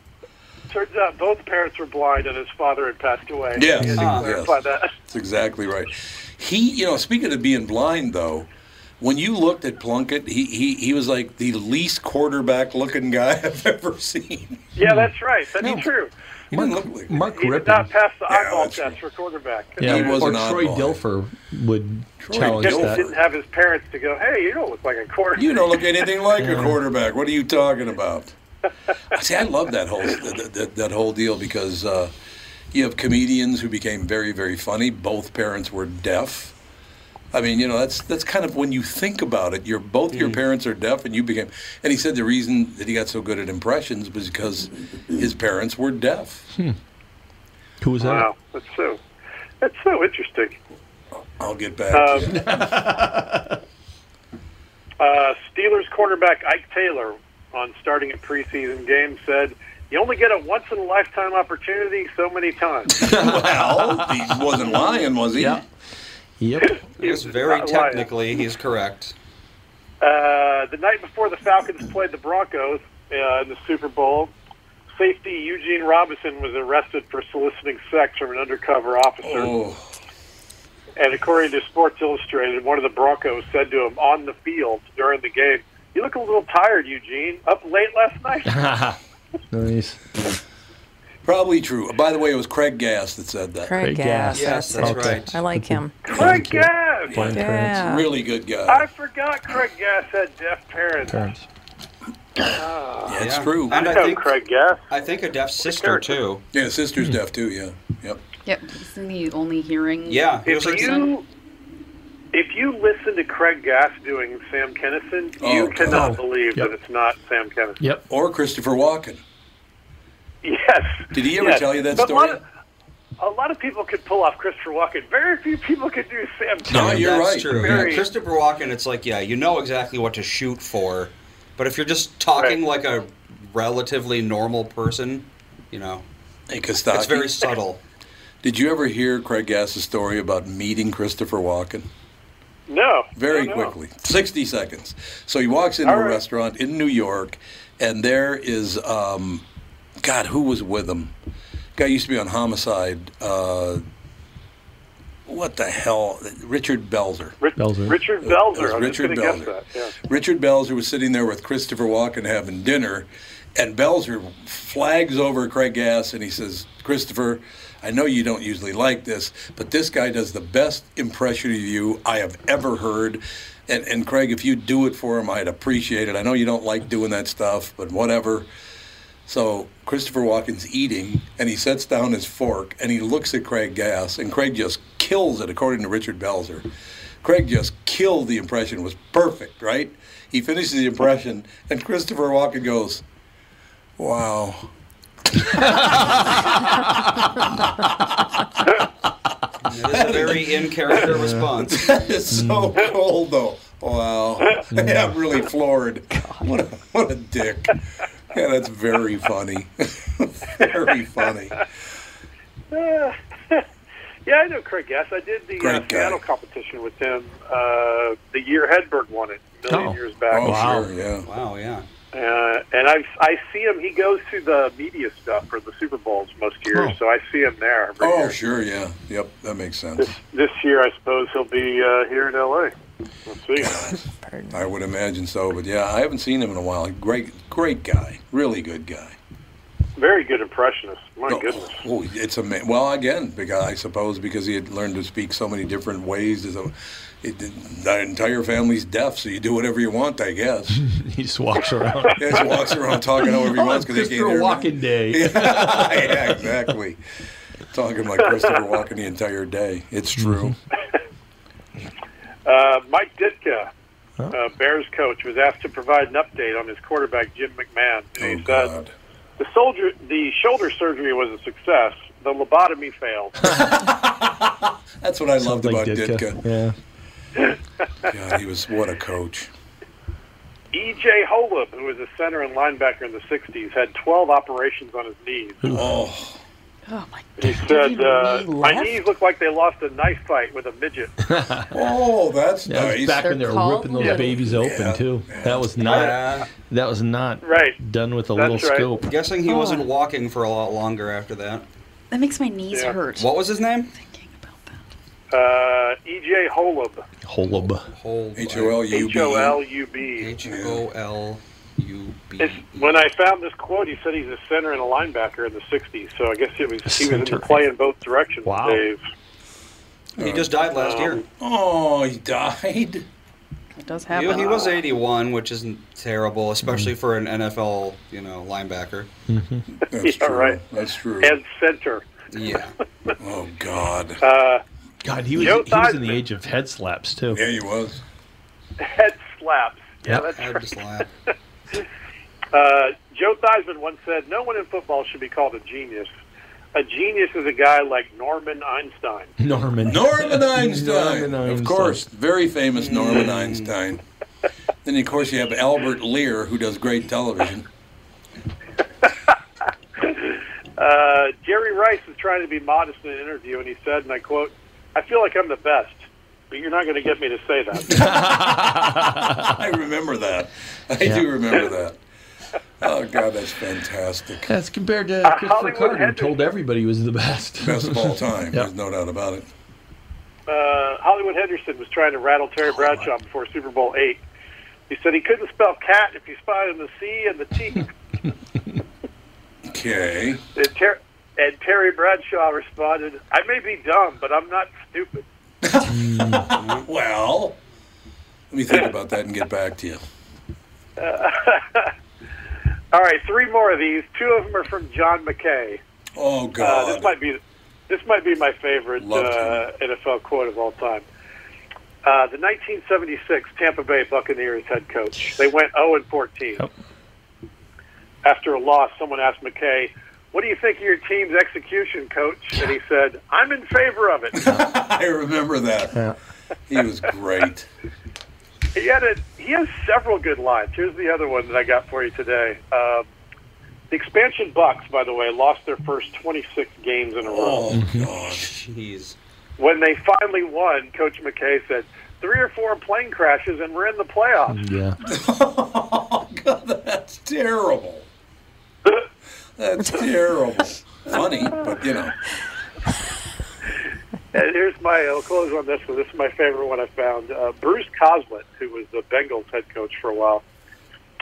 Speaker 9: Turns out both parents were blind, and his father had passed away.
Speaker 1: Yes,
Speaker 9: He had to
Speaker 1: yes.
Speaker 9: clarify Uh, that.
Speaker 1: That's exactly right. He, you know, speaking of being blind, though, when you looked at Plunkett, he, he, he was like the least quarterback looking guy I've ever seen.
Speaker 9: Yeah, that's right. That's true.
Speaker 1: He didn't look like
Speaker 6: Mark
Speaker 9: He did
Speaker 6: Rippon.
Speaker 9: not pass the
Speaker 1: Yeah,
Speaker 9: eyeball
Speaker 1: that's
Speaker 9: test for quarterback.
Speaker 6: Yeah,
Speaker 1: He was
Speaker 6: or
Speaker 1: an
Speaker 6: Troy
Speaker 1: oddball.
Speaker 6: Dilfer would
Speaker 1: Troy
Speaker 6: challenge
Speaker 9: Just
Speaker 1: Dilfer.
Speaker 6: that.
Speaker 9: didn't have his parents to go, hey, you don't look like a quarterback.
Speaker 1: You don't look anything like a quarterback. What are you talking about? See, I love that whole that, that, that whole deal because uh, you have comedians who became very very funny. Both parents were deaf. I mean, you know, that's that's kind of when you think about it. Your both your
Speaker 4: Mm.
Speaker 1: parents are deaf, and you became. And he said the reason that he got so good at impressions was because his parents were deaf.
Speaker 4: Hmm.
Speaker 6: Who was that?
Speaker 9: Wow, that's so, that's so interesting.
Speaker 1: I'll get back. to
Speaker 9: Um, uh, Steelers cornerback Ike Taylor, on starting a preseason game, said, "You only get a once in a lifetime opportunity so many times."
Speaker 1: you. well, he wasn't lying, was he?
Speaker 6: Yeah. Yep.
Speaker 5: Yes, very
Speaker 9: Not lying.
Speaker 5: technically, he's correct.
Speaker 9: Uh, the night before the Falcons played the Broncos uh, in the Super Bowl, safety Eugene Robinson was arrested for soliciting sex from an undercover officer.
Speaker 1: Oh.
Speaker 9: And according to Sports Illustrated, one of the Broncos said to him on the field during the game, "You look a little tired, Eugene. Up late last night."
Speaker 6: Nice.
Speaker 1: Probably true. By the way, it was Craig Gass that said that.
Speaker 4: Craig
Speaker 6: Craig Gass.
Speaker 4: Gass.
Speaker 5: Yes, that's
Speaker 4: it.
Speaker 5: right.
Speaker 4: I like him.
Speaker 9: Craig Gass.
Speaker 6: Blind parents.
Speaker 4: Yeah.
Speaker 1: Really good guy.
Speaker 9: I forgot Craig Gass had deaf parents.
Speaker 6: Parents.
Speaker 1: Yeah, it's
Speaker 5: Yeah.
Speaker 1: true.
Speaker 5: And
Speaker 9: I
Speaker 5: I
Speaker 9: know
Speaker 5: think
Speaker 9: Craig Gass.
Speaker 5: I think a deaf sister
Speaker 9: character.
Speaker 5: too.
Speaker 1: Yeah,
Speaker 9: Hmm.
Speaker 1: sister's deaf too. Yeah, yep.
Speaker 3: Yep. Isn't he only hearing?
Speaker 5: Yeah, he
Speaker 9: If
Speaker 5: was like,
Speaker 9: you if you listen to Craig Gass doing Sam Kennison,
Speaker 1: Oh,
Speaker 9: you
Speaker 1: God.
Speaker 9: cannot believe
Speaker 6: Yep.
Speaker 9: that it's not Sam Kennison.
Speaker 6: Yep.
Speaker 1: Or Christopher Walken.
Speaker 9: Yes.
Speaker 1: Did he ever
Speaker 9: Yes.
Speaker 1: tell you that
Speaker 9: But
Speaker 1: story?
Speaker 9: A lot, of, a lot of people could pull off Christopher Walken. Very few people could do Sam
Speaker 1: No,
Speaker 9: Kennison.
Speaker 1: you're
Speaker 5: that's
Speaker 1: right.
Speaker 5: true.
Speaker 9: Very-
Speaker 5: Oh, Yeah, Christopher Walken, it's like, yeah, you know exactly what to shoot for, but if you're just talking
Speaker 9: Right.
Speaker 5: like a relatively normal person, you know,
Speaker 1: Hey,
Speaker 5: it's
Speaker 1: Kostaki,
Speaker 5: very subtle.
Speaker 1: did you ever hear Craig Gass's story about meeting Christopher Walken?
Speaker 9: No.
Speaker 1: Very
Speaker 9: no, no.
Speaker 1: quickly, 60 seconds. So he walks into
Speaker 9: All
Speaker 1: a
Speaker 9: right.
Speaker 1: restaurant in New York, and there is, um, God, who was with him? Guy used to be on Homicide. Uh, what the hell? Richard Belzer.
Speaker 9: Rich,
Speaker 6: Belzer.
Speaker 9: Richard
Speaker 1: It was
Speaker 9: Belzer. I'm
Speaker 1: Richard
Speaker 9: just going to
Speaker 1: Belzer.
Speaker 9: guess that. Yeah.
Speaker 1: Richard Belzer was sitting there with Christopher Walken having dinner, and Belzer flags over Craig Gass and he says, Christopher, I know you don't usually like this, but this guy does the best impression of you I have ever heard. And, and Craig, if you do it for him, I'd appreciate it. I know you don't like doing that stuff, but whatever. So Christopher Walken's eating, and he sets down his fork, and he looks at Craig Gass, and Craig just kills it, according to Richard Belzer. Craig just killed the impression. It was perfect, right? He finishes the impression, and Christopher Walken goes, "Wow."
Speaker 5: It is a very in character response.
Speaker 1: It's so cold, though. Wow. Yeah, I'm really floored. What a, what a dick. Yeah, that's very funny. very funny.
Speaker 9: Yeah, I know Craig Gass. I did the uh,
Speaker 1: Great guy.
Speaker 9: piano competition with him uh, the year Hedberg won it, a million
Speaker 6: Oh.
Speaker 9: years back.
Speaker 1: Oh,
Speaker 6: Wow.
Speaker 1: sure, yeah.
Speaker 5: Wow, yeah.
Speaker 9: Uh, and I, I see him. He goes to the media stuff for the Super Bowls most years,
Speaker 6: Oh.
Speaker 9: so I see him there. every
Speaker 1: Oh,
Speaker 9: year.
Speaker 1: sure, yeah. Yep, that makes sense.
Speaker 9: This this year, I suppose he'll be uh, here in L.A. We'll see.
Speaker 1: I would imagine so, but yeah, I haven't seen him in a while. Great, great guy, really good guy.
Speaker 9: Very good impressionist. My
Speaker 1: Oh,
Speaker 9: goodness.
Speaker 1: oh, it's amazing. Well, again, because I suppose because he had learned to speak so many different ways, as a, it, the entire family's deaf, so you do whatever you want, I guess.
Speaker 6: He just walks around.
Speaker 1: yeah, he walks around talking however he
Speaker 6: oh, it's
Speaker 1: wants because he
Speaker 6: Christopher
Speaker 1: can't hear
Speaker 6: Walken
Speaker 1: him.
Speaker 6: Day.
Speaker 1: yeah, exactly. Talking like Christopher Walken the entire day. It's true.
Speaker 6: Mm-hmm.
Speaker 1: Oh,
Speaker 9: Uh, Mike Ditka, uh, Bears coach, was asked to provide an update on his quarterback Jim McMahon. And
Speaker 1: Oh
Speaker 9: he said
Speaker 1: God.
Speaker 9: the soldier, the shoulder surgery was a success. The lobotomy failed.
Speaker 1: That's what I loved
Speaker 6: Something
Speaker 1: about
Speaker 6: like
Speaker 1: Ditka.
Speaker 6: Yeah.
Speaker 1: God, he was what a coach.
Speaker 9: E.J. E Holub, who was a center and linebacker in the '60s, had 12 operations on his knees.
Speaker 1: Oh.
Speaker 3: Oh my
Speaker 9: He
Speaker 3: God.
Speaker 9: said, uh,
Speaker 4: knee
Speaker 9: "My
Speaker 4: left?
Speaker 9: knees look like they lost a knife fight with a midget."
Speaker 1: Oh, that's
Speaker 6: Yeah, it was
Speaker 1: nice.
Speaker 6: back when they
Speaker 3: They're
Speaker 6: were
Speaker 3: called
Speaker 6: ripping those
Speaker 3: little-
Speaker 6: babies open
Speaker 1: Yeah,
Speaker 6: too.
Speaker 1: yeah.
Speaker 6: That was not.
Speaker 5: yeah.
Speaker 6: That was not
Speaker 9: right.
Speaker 6: done with a
Speaker 9: That's
Speaker 6: little
Speaker 9: right.
Speaker 6: scope.
Speaker 5: Guessing he wasn't walking for a lot longer after that.
Speaker 3: That makes my knees
Speaker 9: Yeah.
Speaker 3: hurt.
Speaker 5: What was his name?
Speaker 3: Thinking about that.
Speaker 9: Uh, EJ Holub.
Speaker 1: E
Speaker 6: Holub.
Speaker 5: Hold.
Speaker 1: H O L U
Speaker 9: H
Speaker 1: B.
Speaker 9: O L U
Speaker 1: E
Speaker 9: B.
Speaker 5: H O L U B. E.
Speaker 9: It's, when I found this quote, he said he's a center and a linebacker in the '60s. So I guess it was
Speaker 6: A
Speaker 9: he was in
Speaker 6: center.
Speaker 9: the play in both directions.
Speaker 6: Wow.
Speaker 9: Dave.
Speaker 5: He just died last year.
Speaker 1: Oh, he died.
Speaker 3: It does
Speaker 5: He,
Speaker 9: Um,
Speaker 3: happen.
Speaker 5: he was 81, which isn't terrible, especially for an NFL, you know, linebacker.
Speaker 1: That's
Speaker 9: Yeah,
Speaker 1: true.
Speaker 9: right.
Speaker 1: That's true.
Speaker 9: and center.
Speaker 5: Yeah.
Speaker 1: Oh God.
Speaker 9: Uh,
Speaker 6: God, he was,
Speaker 9: Joe
Speaker 6: he was in the
Speaker 9: Theismann.
Speaker 6: age of head slaps, too.
Speaker 1: yeah, he was.
Speaker 9: head slaps.
Speaker 6: Yep.
Speaker 9: Yeah, that's
Speaker 5: I would just laugh.
Speaker 9: Uh, Joe Theismann once said, "No one in football should be called a genius. A genius is a guy like Norman Einstein."
Speaker 6: Norman.
Speaker 1: Norman Einstein. Of
Speaker 6: Norman Einstein. Mm.
Speaker 1: course, very famous Norman Einstein. Then, of course, you have Albert Lear, who does great television.
Speaker 9: Uh, Jerry Rice was trying to be modest in an interview, and he said, and I quote, "I feel like I'm the best, but you're not going to get me to say that."
Speaker 1: I remember that. I
Speaker 6: Yeah.
Speaker 1: do remember that. Oh, God, that's fantastic.
Speaker 6: That's compared to Christopher
Speaker 9: Hollywood
Speaker 6: Carter, who
Speaker 9: Henderson.
Speaker 6: told everybody he was the best.
Speaker 1: Best of all time.
Speaker 6: Yeah.
Speaker 1: There's no doubt about it.
Speaker 9: uh, Hollywood Henderson was trying to rattle Terry Bradshaw before Super Bowl eight. He said he couldn't spell cat if you spelled in the C and the T.
Speaker 1: Okay.
Speaker 9: and, Ter- and Terry Bradshaw responded, "I may be dumb, but I'm not stupid."
Speaker 1: Well, let me think about that and get back to you.
Speaker 9: All right, three more of these. Two of them are from John McKay.
Speaker 1: Oh,
Speaker 9: Uh,
Speaker 1: God.
Speaker 9: this might be this might be my favorite
Speaker 1: Love
Speaker 9: uh, NFL quote of all time. Uh, the 1976 Tampa Bay Buccaneers head coach. They went 0 and 14.
Speaker 6: Yep.
Speaker 9: After a loss, someone asked McKay, "What do you think of your team's execution, coach?" And he said, "I'm in favor of it."
Speaker 1: I remember that.
Speaker 6: Yeah.
Speaker 1: He was great.
Speaker 9: He had a, he has several good lines. Here's the other one that I got for you today. Uh, the expansion Bucks, by the way, lost their first 26 games in a row.
Speaker 1: Oh, God.
Speaker 5: Jeez.
Speaker 9: When they finally won, Coach McKay said, three or four plane crashes and we're in the playoffs.
Speaker 6: Yeah.
Speaker 1: Oh, God, that's terrible. That's terrible. Funny, but, you know.
Speaker 9: And here's my, I'll close on this one. This is my favorite one I found. Uh, Bruce Coslett, who was the Bengals head coach for a while,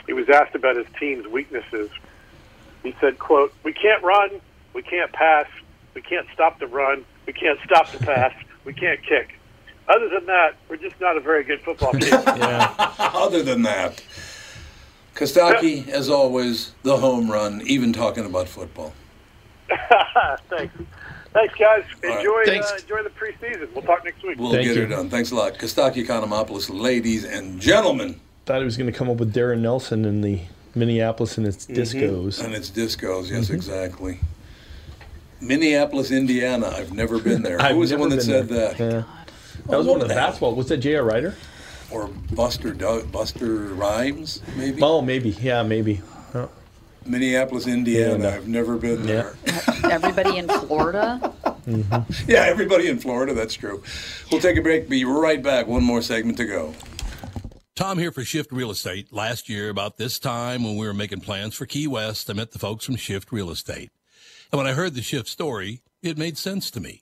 Speaker 9: he was asked about his team's weaknesses. He said, quote, we can't run, we can't pass, we can't stop the run, we can't stop the pass, we can't kick. Other than that, we're just not a very good football team.
Speaker 1: other than that, Kostaki, as always, the home run, even talking about football.
Speaker 9: Thanks. Thanks, guys.
Speaker 1: right.
Speaker 9: Enjoy,
Speaker 6: Thanks.
Speaker 9: Uh, enjoy the preseason. We'll talk next week.
Speaker 1: We'll
Speaker 6: Thank
Speaker 1: get
Speaker 6: you.
Speaker 1: it done. Thanks a lot. Kostaki Economopoulos, ladies and gentlemen,
Speaker 6: Thought he was going to come up with Darren Nelson in the Minneapolis and
Speaker 9: Mm-hmm.
Speaker 6: its discos.
Speaker 1: and it's discos. Yes,
Speaker 6: Mm-hmm.
Speaker 1: exactly. Minneapolis, Indiana. I've never been there.
Speaker 6: I've
Speaker 1: Who was the
Speaker 6: never
Speaker 1: one that
Speaker 6: been
Speaker 1: said
Speaker 6: there.
Speaker 1: that? Oh,
Speaker 6: Yeah. That was one
Speaker 1: what
Speaker 6: of the
Speaker 1: the hell?
Speaker 6: basketball. Was that J.R. Ryder?
Speaker 1: Or Buster Doug, Buster Rhymes, maybe?
Speaker 6: Oh, maybe. Yeah, maybe. Oh.
Speaker 1: Minneapolis, Indiana.
Speaker 6: Indiana.
Speaker 1: I've never been there. Yeah.
Speaker 3: Everybody in Florida.
Speaker 1: everybody in Florida. That's true. We'll take a break. Be right back. One more segment to go. Tom here for Shift Real Estate. Last year, about this time when we were making plans for Key West, I met the folks from Shift Real Estate. And when I heard the Shift story, it made sense to me.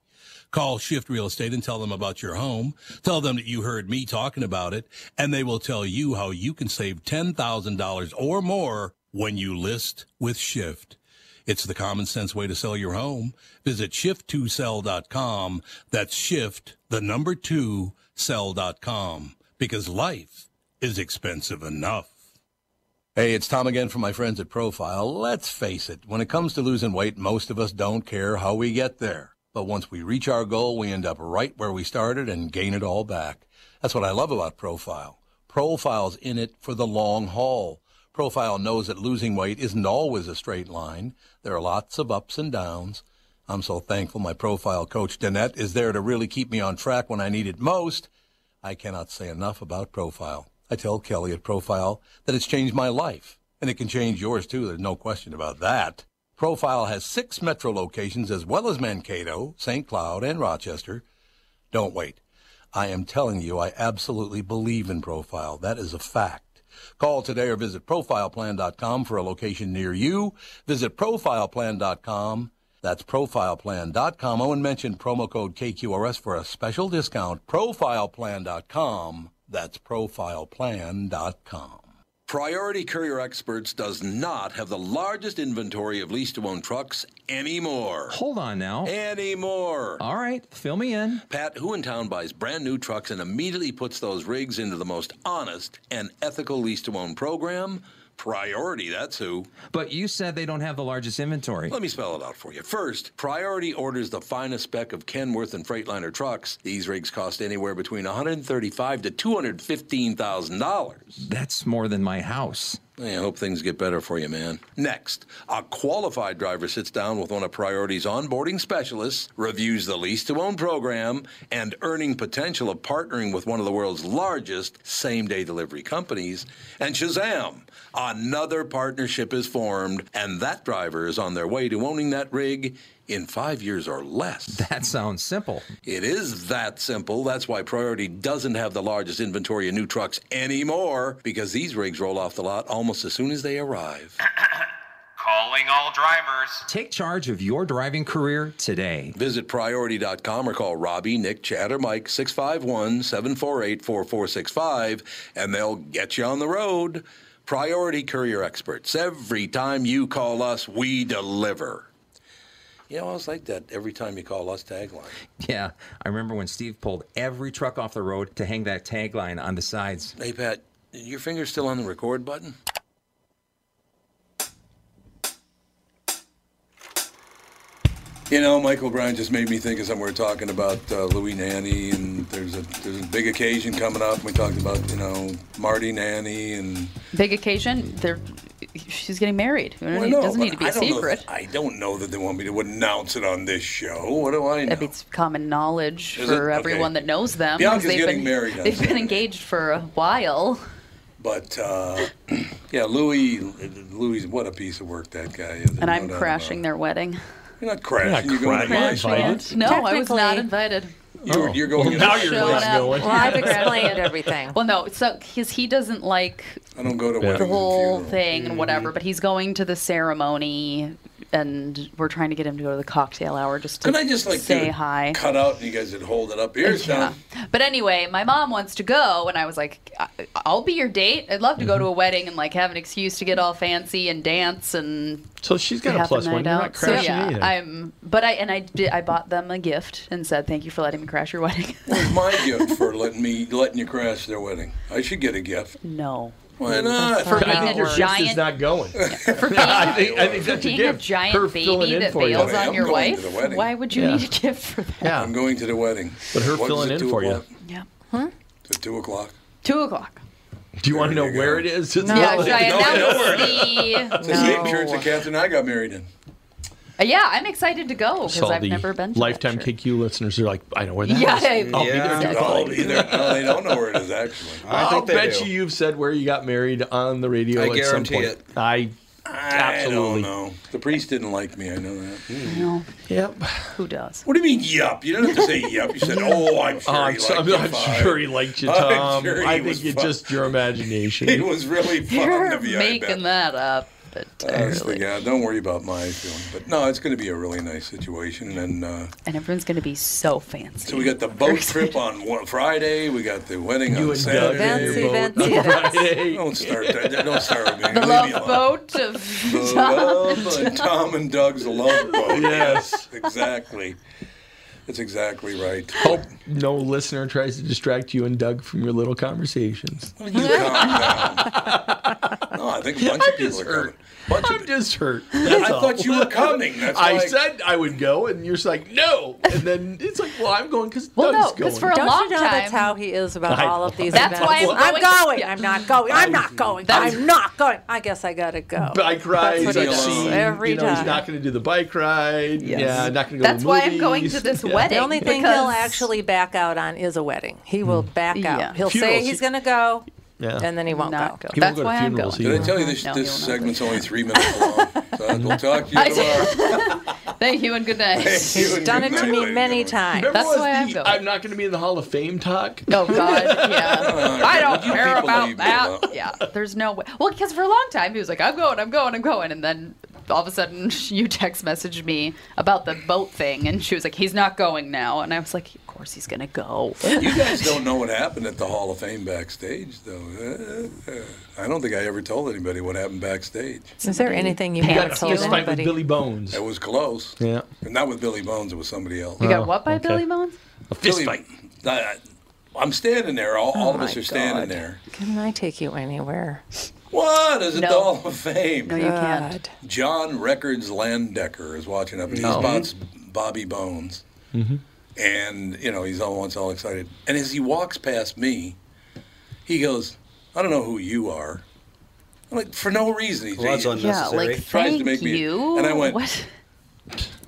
Speaker 1: Call Shift Real Estate and tell them about your home. Tell them that you heard me talking about it, and they will tell you how you can save $10,000 or more when you list with Shift. It's the common sense way to sell your home. Visit shift2sell.com. That's shift, the number two, sell.com. Because life is expensive enough. Hey, it's Tom again from my friends at Profile. Let's face it, when it comes to losing weight, most of us don't care how we get there. But once we reach our goal, we end up right where we started and gain it all back. That's what I love about Profile. Profile's in it for the long haul. Profile knows that losing weight isn't always a straight line. There are lots of ups and downs. I'm so thankful my profile coach, Danette, is there to really keep me on track when I need it most. I cannot say enough about Profile. I tell Kelly at Profile that it's changed my life, and it can change yours too. There's no question about that. Profile has six metro locations as well as Mankato, St. Cloud, and Rochester. Don't wait. I am telling you, I absolutely believe in Profile. That is a fact. Call today or visit profileplan.com for a location near you. Visit profileplan.com. That's profileplan.com. Oh, and mention promo code KQRS for a special discount. Profileplan.com. That's profileplan.com. Priority Courier Experts does not have the largest inventory of lease to own trucks anymore.
Speaker 10: Hold on now.
Speaker 1: Anymore.
Speaker 10: All right, fill me in.
Speaker 1: Pat, who in town buys brand new trucks and immediately puts those rigs into the most honest and ethical lease to own program? Priority, that's who.
Speaker 10: But you said they don't have the largest inventory.
Speaker 1: Let me spell it out for you. First, Priority orders the finest spec of Kenworth and Freightliner trucks. These rigs cost anywhere between $135 to $215,000.
Speaker 10: That's more than my house.
Speaker 1: I hope things get better for you, man. Next, a qualified driver sits down with one of Priority's onboarding specialists, reviews the lease to own program, and earning potential of partnering with one of the world's largest same day delivery companies. And Shazam, another partnership is formed, and that driver is on their way to owning that rig in five years or less.
Speaker 10: That sounds simple.
Speaker 1: It is that simple. That's why Priority doesn't have the largest inventory of new trucks anymore, because these rigs roll off the lot almost as soon as they arrive.
Speaker 11: Calling all drivers.
Speaker 10: Take charge of your driving career today.
Speaker 1: Visit priority.com or call Robbie, Nick, Chad, or Mike 651 748 4465, and they'll get you on the road. Priority Courier Experts. Every time you call us, we deliver. You know, I was like that every time you call us tagline.
Speaker 10: Yeah, I remember when Steve pulled every truck off the road to hang that tagline on the sides.
Speaker 1: Hey, Pat, your finger's still on the record button? You know, Michael Bryan just made me think of something we were talking about uh, Louis Nanny, and there's a there's a big occasion coming up. We talked about you know Marty Nanny and
Speaker 3: Big occasion. They're, she's getting married. It
Speaker 1: Well, I know,
Speaker 3: doesn't need to
Speaker 1: but
Speaker 3: be
Speaker 1: I
Speaker 3: a
Speaker 1: don't know if-
Speaker 3: secret.
Speaker 1: I don't know that they want me to announce it on this show. What do I know?
Speaker 3: I mean, it's common knowledge
Speaker 1: Is
Speaker 3: for
Speaker 1: it? Okay.
Speaker 3: everyone that knows them. 'cause
Speaker 1: Bianca's
Speaker 3: they've
Speaker 1: getting
Speaker 3: been,
Speaker 1: married on
Speaker 3: They've been
Speaker 1: Saturday.
Speaker 3: engaged for a while.
Speaker 1: But uh, yeah, Louis, Louis, what a piece of work that guy is.
Speaker 3: And I'm crashing their wedding.
Speaker 1: You're not crashing. You're,
Speaker 6: You're not
Speaker 1: going to my
Speaker 6: crashing.
Speaker 1: show.
Speaker 6: Invited?
Speaker 3: No, I was not
Speaker 4: Technically-
Speaker 3: invited.
Speaker 1: You're,
Speaker 6: Oh.
Speaker 1: you're going.
Speaker 6: Well,
Speaker 1: in-
Speaker 6: now you're
Speaker 3: Showing
Speaker 6: Let's
Speaker 3: up.
Speaker 6: go with-
Speaker 4: Well, I've explained everything.
Speaker 3: Well, no, so because he doesn't like
Speaker 1: I don't go to weddings
Speaker 3: the
Speaker 1: and
Speaker 3: whole
Speaker 1: funerals.
Speaker 3: thing and whatever, but he's going to the ceremony, and we're trying to get him to go to the cocktail hour just to
Speaker 1: Could I just like
Speaker 3: say
Speaker 1: do a
Speaker 3: hi.
Speaker 1: Cut out, and you guys would hold it up. Here's
Speaker 3: Yeah.
Speaker 1: done.
Speaker 3: But anyway, my mom wants to go, and I was like, "I- "I'll be your date. I'd love to go to
Speaker 6: Mm-hmm.
Speaker 3: a wedding and like have an excuse to get all fancy and dance and
Speaker 6: So she's got a
Speaker 3: have
Speaker 6: plus
Speaker 3: a
Speaker 6: one.
Speaker 3: night
Speaker 6: You're not
Speaker 3: out." So
Speaker 6: crashing
Speaker 3: yeah,
Speaker 6: either.
Speaker 3: I'm. But I and I did. I bought them a gift and said, "Thank you for letting me crash your wedding."
Speaker 1: Here's my gift for letting me letting you crash their wedding. I should get a gift.
Speaker 3: no.
Speaker 1: Why not?
Speaker 3: For
Speaker 6: I
Speaker 3: being
Speaker 6: think your
Speaker 3: a
Speaker 6: shift is
Speaker 3: giant,
Speaker 6: not going.
Speaker 3: for being
Speaker 6: I think, I think
Speaker 3: For
Speaker 6: that's a
Speaker 3: being
Speaker 6: gift.
Speaker 3: a giant
Speaker 6: her filling
Speaker 3: baby
Speaker 6: in
Speaker 3: that
Speaker 6: for you.
Speaker 3: bails
Speaker 1: I
Speaker 3: on
Speaker 1: am
Speaker 3: your
Speaker 1: going to
Speaker 3: wife,
Speaker 1: the wedding.
Speaker 3: why would you
Speaker 6: Yeah.
Speaker 3: need a gift for that?
Speaker 1: I'm
Speaker 6: Yeah,
Speaker 1: going to the wedding.
Speaker 6: but her
Speaker 1: What was
Speaker 6: filling
Speaker 1: it,
Speaker 6: in
Speaker 1: two
Speaker 6: for you.
Speaker 1: o'clock?
Speaker 3: Yeah.
Speaker 1: It's at two o'clock.
Speaker 3: Two o'clock.
Speaker 6: Do you want to know
Speaker 1: There you
Speaker 6: where
Speaker 1: go.
Speaker 6: it is? It's
Speaker 3: Yeah,
Speaker 6: not
Speaker 3: should I
Speaker 6: like-
Speaker 3: announce the?
Speaker 1: The same church that Catherine and I got married in.
Speaker 3: Uh, Yeah, I'm excited to go because
Speaker 6: So
Speaker 3: I've
Speaker 6: the
Speaker 3: never been. To that
Speaker 6: lifetime
Speaker 3: church.
Speaker 6: KQ listeners are like, I know where that is.
Speaker 3: Yeah,
Speaker 6: I'll
Speaker 5: yeah.
Speaker 6: be there.
Speaker 5: That's
Speaker 1: I'll
Speaker 6: tomorrow.
Speaker 1: be there. No, they don't know where it is actually.
Speaker 5: I
Speaker 6: I'll
Speaker 5: think they
Speaker 6: bet
Speaker 5: do.
Speaker 6: you you've said where you got married on the radio
Speaker 5: I
Speaker 6: at some
Speaker 5: guarantee
Speaker 6: point.
Speaker 5: it.
Speaker 6: I
Speaker 1: I don't
Speaker 6: absolutely.
Speaker 1: know. The priest didn't like me. I know that.
Speaker 3: No,
Speaker 6: Yep.
Speaker 3: who does?
Speaker 1: What do you mean, yup? You don't have to say yup. You said, oh, I'm sure.
Speaker 6: Oh, I'm,
Speaker 1: he
Speaker 6: so,
Speaker 1: liked
Speaker 6: I'm,
Speaker 1: you
Speaker 6: I'm
Speaker 1: fine."
Speaker 6: sure he liked you,
Speaker 1: I'm
Speaker 6: Tom.
Speaker 1: sure he
Speaker 6: I
Speaker 1: was
Speaker 6: think it's
Speaker 1: fun.
Speaker 6: just your
Speaker 1: It
Speaker 6: imagination.
Speaker 1: was really fun
Speaker 3: You're
Speaker 1: to be.
Speaker 3: making that up entirely.
Speaker 1: Yeah, don't worry about my feeling. But no, it's going to be a really nice situation. And uh,
Speaker 3: and everyone's gonna be so fancy.
Speaker 1: so we got the boat trip on wa- Friday. We got the wedding on
Speaker 6: You and Doug
Speaker 1: Saturday.
Speaker 6: in your
Speaker 4: Fancy,
Speaker 6: boat on Friday.
Speaker 1: Don't start that. Don't start with me.
Speaker 3: the
Speaker 1: Leave
Speaker 3: love
Speaker 1: me alone.
Speaker 3: boat of
Speaker 1: The love and Tom and Doug's love boat.
Speaker 6: Yes.
Speaker 1: exactly. That's exactly right.
Speaker 6: Hope no listener tries to distract you and Doug from your little conversations.
Speaker 1: Well, you calm down. No, I think a bunch of people are coming.
Speaker 6: hurt.
Speaker 1: Bunch of
Speaker 6: I'm
Speaker 1: people.
Speaker 6: just hurt.
Speaker 1: I
Speaker 6: That's all.
Speaker 1: thought you were coming. That's
Speaker 6: I
Speaker 1: why
Speaker 6: said I would go, and you're just like, no. And then it's like, well, I'm going because
Speaker 3: Well, no,
Speaker 6: Doug's
Speaker 3: 'cause
Speaker 6: going.
Speaker 3: for a
Speaker 4: Don't
Speaker 3: long
Speaker 4: you know that's
Speaker 3: time-
Speaker 4: how he is about
Speaker 6: I
Speaker 4: all
Speaker 6: know.
Speaker 4: of these
Speaker 3: That's
Speaker 4: events?
Speaker 3: why I'm
Speaker 4: I'm
Speaker 3: going.
Speaker 4: going. I'm not going. I'm not going.
Speaker 3: That's-
Speaker 4: I'm not going. I guess I gotta go.
Speaker 6: bike
Speaker 4: That's
Speaker 6: ride.
Speaker 4: what
Speaker 1: he
Speaker 6: I've
Speaker 1: does.
Speaker 6: seen,
Speaker 4: Every
Speaker 6: you know, he's
Speaker 4: time.
Speaker 6: not going to do the bike ride.
Speaker 3: Yes.
Speaker 6: Yeah, not going to go.
Speaker 3: That's
Speaker 6: to
Speaker 3: why
Speaker 6: movies.
Speaker 3: I'm going to this
Speaker 6: Yeah.
Speaker 3: wedding.
Speaker 4: The only thing
Speaker 3: because
Speaker 5: Hmm.
Speaker 4: he'll actually back out on is a wedding. He will back out.
Speaker 3: Yeah.
Speaker 4: He'll
Speaker 6: Funerals,
Speaker 4: say
Speaker 6: he-
Speaker 4: he's going to go.
Speaker 6: Yeah.
Speaker 4: and then he won't
Speaker 3: Not
Speaker 4: go.
Speaker 3: go. That's why I'm going.
Speaker 1: Did I tell you this, this segment's only three minutes long? So I will talk to
Speaker 3: I
Speaker 1: you tomorrow.
Speaker 3: Thank you and good night.
Speaker 1: Thank you and
Speaker 4: done
Speaker 1: good
Speaker 4: it to
Speaker 1: night,
Speaker 4: me
Speaker 1: ladies
Speaker 4: many times.
Speaker 6: Remember
Speaker 4: That's
Speaker 6: was
Speaker 4: why I'm
Speaker 6: the,
Speaker 4: going.
Speaker 6: I'm not going to be in the Hall of Fame talk.
Speaker 3: Oh God, yeah. I don't
Speaker 6: You
Speaker 3: care
Speaker 6: people
Speaker 3: about
Speaker 6: leave me
Speaker 3: that. Yeah, there's no way. Well, because for a long time he was like, "I'm going, I'm going, I'm going," and then all of a sudden you text messaged me about the boat thing, and she was like, "He's not going now," and I was like, "Of course he's gonna go."
Speaker 1: You guys don't know what happened at the Hall of Fame backstage, though. Uh, uh, I don't think I ever told anybody what happened backstage.
Speaker 4: Is there anything you
Speaker 6: You
Speaker 4: haven't
Speaker 6: got a
Speaker 4: told
Speaker 6: fist fight with
Speaker 4: anybody?
Speaker 6: Billy Bones.
Speaker 1: It was close.
Speaker 6: Yeah.
Speaker 1: Not with Billy Bones, it was somebody else.
Speaker 3: You got what by Billy Bones?
Speaker 1: A fist fight. I, am standing there. All, all
Speaker 3: Oh
Speaker 1: of us are standing there.
Speaker 4: Can I take you anywhere?
Speaker 1: What is it
Speaker 4: No.
Speaker 1: the Hall of Fame?
Speaker 4: No, you can't.
Speaker 1: John Records Landecker is watching up, and he
Speaker 6: No.
Speaker 1: spots Bobby Bones.
Speaker 6: Mm-hmm.
Speaker 1: And, you know, he's all once all excited. And as he walks past me, he goes, I don't know who you are. I'm like, for no reason. He,
Speaker 5: Well, that's
Speaker 1: he
Speaker 5: unnecessary. Yeah, like,
Speaker 1: tries to
Speaker 5: thank
Speaker 1: make me.
Speaker 5: you?
Speaker 1: And I went,
Speaker 5: What?